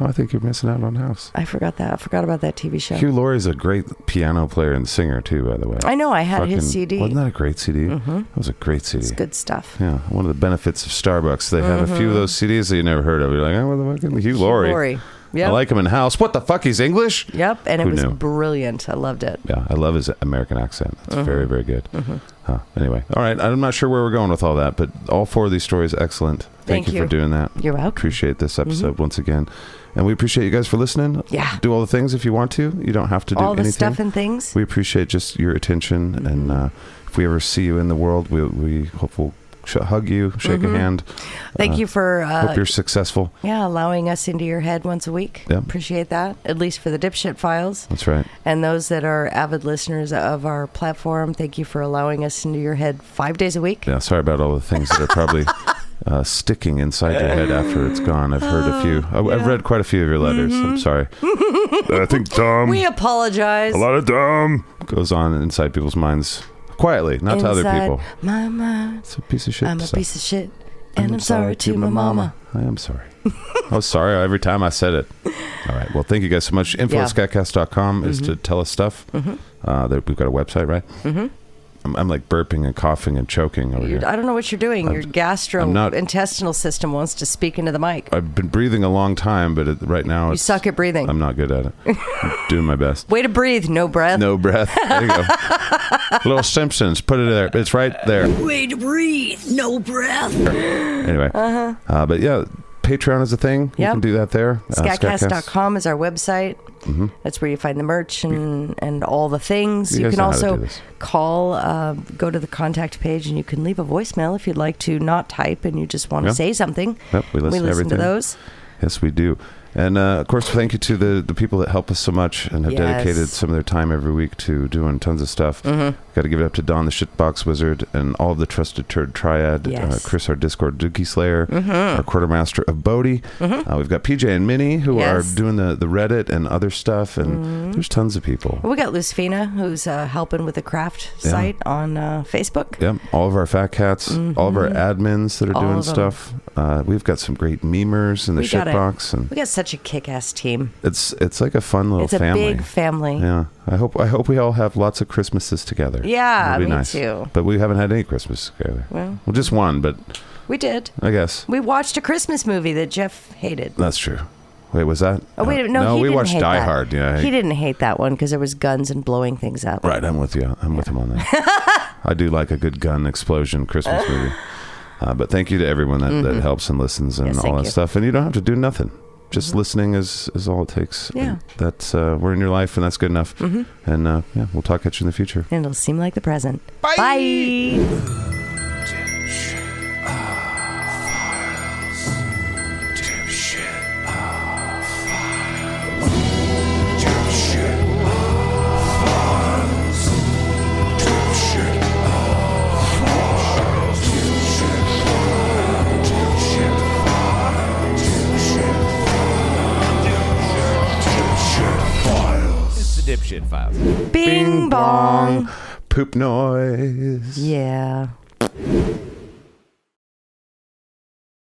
A: Oh, I think you're missing out on House.
B: I forgot that. I forgot about that TV show.
A: Hugh Laurie's a great piano player and singer too, by the way.
B: I know. I had his
A: Fucking-
B: CD.
A: Wasn't that a great CD? Mm-hmm. That was a great CD.
B: it's good Mm-hmm. stuff.
A: Yeah, one of the benefits of Starbucks, they have a few of those CDs that you never heard of. You're like, oh, what the fuck, Hugh Laurie.
B: Lori. Yep.
A: I like him in house. What the fuck? He's English.
B: Yep. And it
A: Who
B: was
A: knew?
B: brilliant. I loved it.
A: Yeah, I love his American accent.
B: Uh-huh.
A: It's very, very good.
B: Mm-hmm.
A: Huh. Anyway, all right. I'm not sure where we're going with all that, but all four of these stories, excellent. Thank,
B: Thank
A: you, for
B: you. Mm-hmm.
A: doing that.
B: You're welcome.
A: Appreciate this episode once again, and we appreciate you guys for listening.
B: Yeah.
A: do all the things if you want to. You don't have to do
B: all the
A: anything.
B: stuff Mm-hmm. and things.
A: we appreciate just your attention, and uh, if we ever see you in the world, we we hope we'll sh- hug you, shake
B: Mm-hmm.
A: a hand.
B: Thank you for uh,
A: hope you're successful.
B: yeah allowing us into your head once a week.
A: Yep.
B: Appreciate that. At least for the dipshit files.
A: That's right.
B: And those that are avid listeners of our platform, thank you for allowing us into your head five days a week.
A: Yeah, uh, sorry about all the things that are
B: <laughs>
A: probably uh, sticking inside your head after it's gone. I've heard a few.
B: Oh,
A: I, I've read quite a few of your letters. I'm
B: <laughs>
A: sorry.
F: I think Tom.
B: Mm-hmm.
A: Mm.
B: We apologize.
F: a lot of Tom.
A: Goes on inside people's minds quietly, not to other
B: Inside
A: people.
B: My mind,
A: It's a piece of shit.
B: I'm a
A: stuff.
B: piece of shit. And I'm, sorry, to my mama.
A: I am sorry. I was sorry every time I
B: <laughs>
A: said it. All right. Well, thank you guys so much. Info
B: Yeah. Mm-hmm.
A: at scatcast.com is to tell us stuff. Uh, that we've got a website, right? Mm-hmm. I'm, I'm like burping and coughing and choking over here.
B: You're, I don't know what you're doing.
A: I'm
B: Your
A: not-
B: gastrointestinal system wants to speak into the mic.
A: I've been breathing a long time, but it, right now
B: You
A: it's,
B: suck at breathing.
A: I'm not good at it.
B: <laughs>
A: I'm doing my best.
B: Way to breathe, no breath.
A: No breath. There you go.
B: <laughs>
A: Little Simpsons. Put it there. It's right there.
D: Way to breathe, no breath.
A: <gasps> Anyway. Uh-huh. but yeah, Patreon is a thing. You
B: Yep.
A: can do that there. Uh,
B: Scatcast.com is our website. That's where you find the merch and, and all the things.
A: Mm-hmm. You
B: You,
A: guys
B: can
A: know how to do
B: also
A: this.
B: call, uh, go to the contact page, and you can leave a voicemail if you'd like to not type and you just want to
A: Yeah.
B: say something.
A: Yep, we listen to
B: to
A: everything.
B: those.
A: Yes, we do. And uh, of course, thank you to the, the people that help us so much and have
B: Yes.
A: dedicated some of their time every week to doing tons of stuff.
B: Mm-hmm.
A: Got to give it up to Don the Shitbox Wizard and all of the trusted turd triad.
B: Yes.
A: Uh, Chris, our Discord Dookie Slayer,
B: Mm-hmm. Uh-huh.
A: our quartermaster of Bodhi. Uh, we've got PJ and Minnie who
B: Yes. Mm-hmm.
A: are doing the, the Reddit and other stuff. And there's tons of people.
B: We got Lucifina, who's uh, helping with the craft
A: Yeah.
B: site on uh, Facebook.
A: Yep, all of our fat cats, all of our admins that are
B: Mm-hmm. All
A: doing
B: of 'em.
A: stuff. Uh, we've got some great memers in the
B: We got it.
A: shitbox, and
B: We got such a kick-ass team.
A: it's it's like a fun little
B: it's a
A: family.
B: big family.
A: yeah, I hope I hope we all have lots of Christmases together.
B: Yeah,
A: It'll be
B: me
A: nice.
B: too.
A: But we haven't had any Christmas together. Well, just one, but
B: We did.
A: I guess
B: We watched a Christmas movie that Jeff hated.
A: that's true. Wait, was that?
B: Oh wait, no, he
A: we
B: didn't
A: watched
B: hate
A: Die
B: that.
A: Hard. Yeah, I-
B: he didn't hate that one because there was guns and blowing things up.
A: Right, I'm with you. I'm with him on that.
B: <laughs>
A: I do like a good gun explosion Christmas movie. Uh, but thank you to everyone that, that helps and listens and
B: Mm-hmm.
A: all
B: Yes, thank
A: that
B: you. Mm-hmm.
A: stuff. And you don't have to do nothing. Just listening is, is all it takes.
B: Yeah. Mm-hmm.
A: And That's uh, we're in your life, and that's good enough. And uh, yeah, we'll talk at you in the future.
B: And it'll seem like the present. Bye. Bing, bong.
A: Poop noise.
B: Yeah.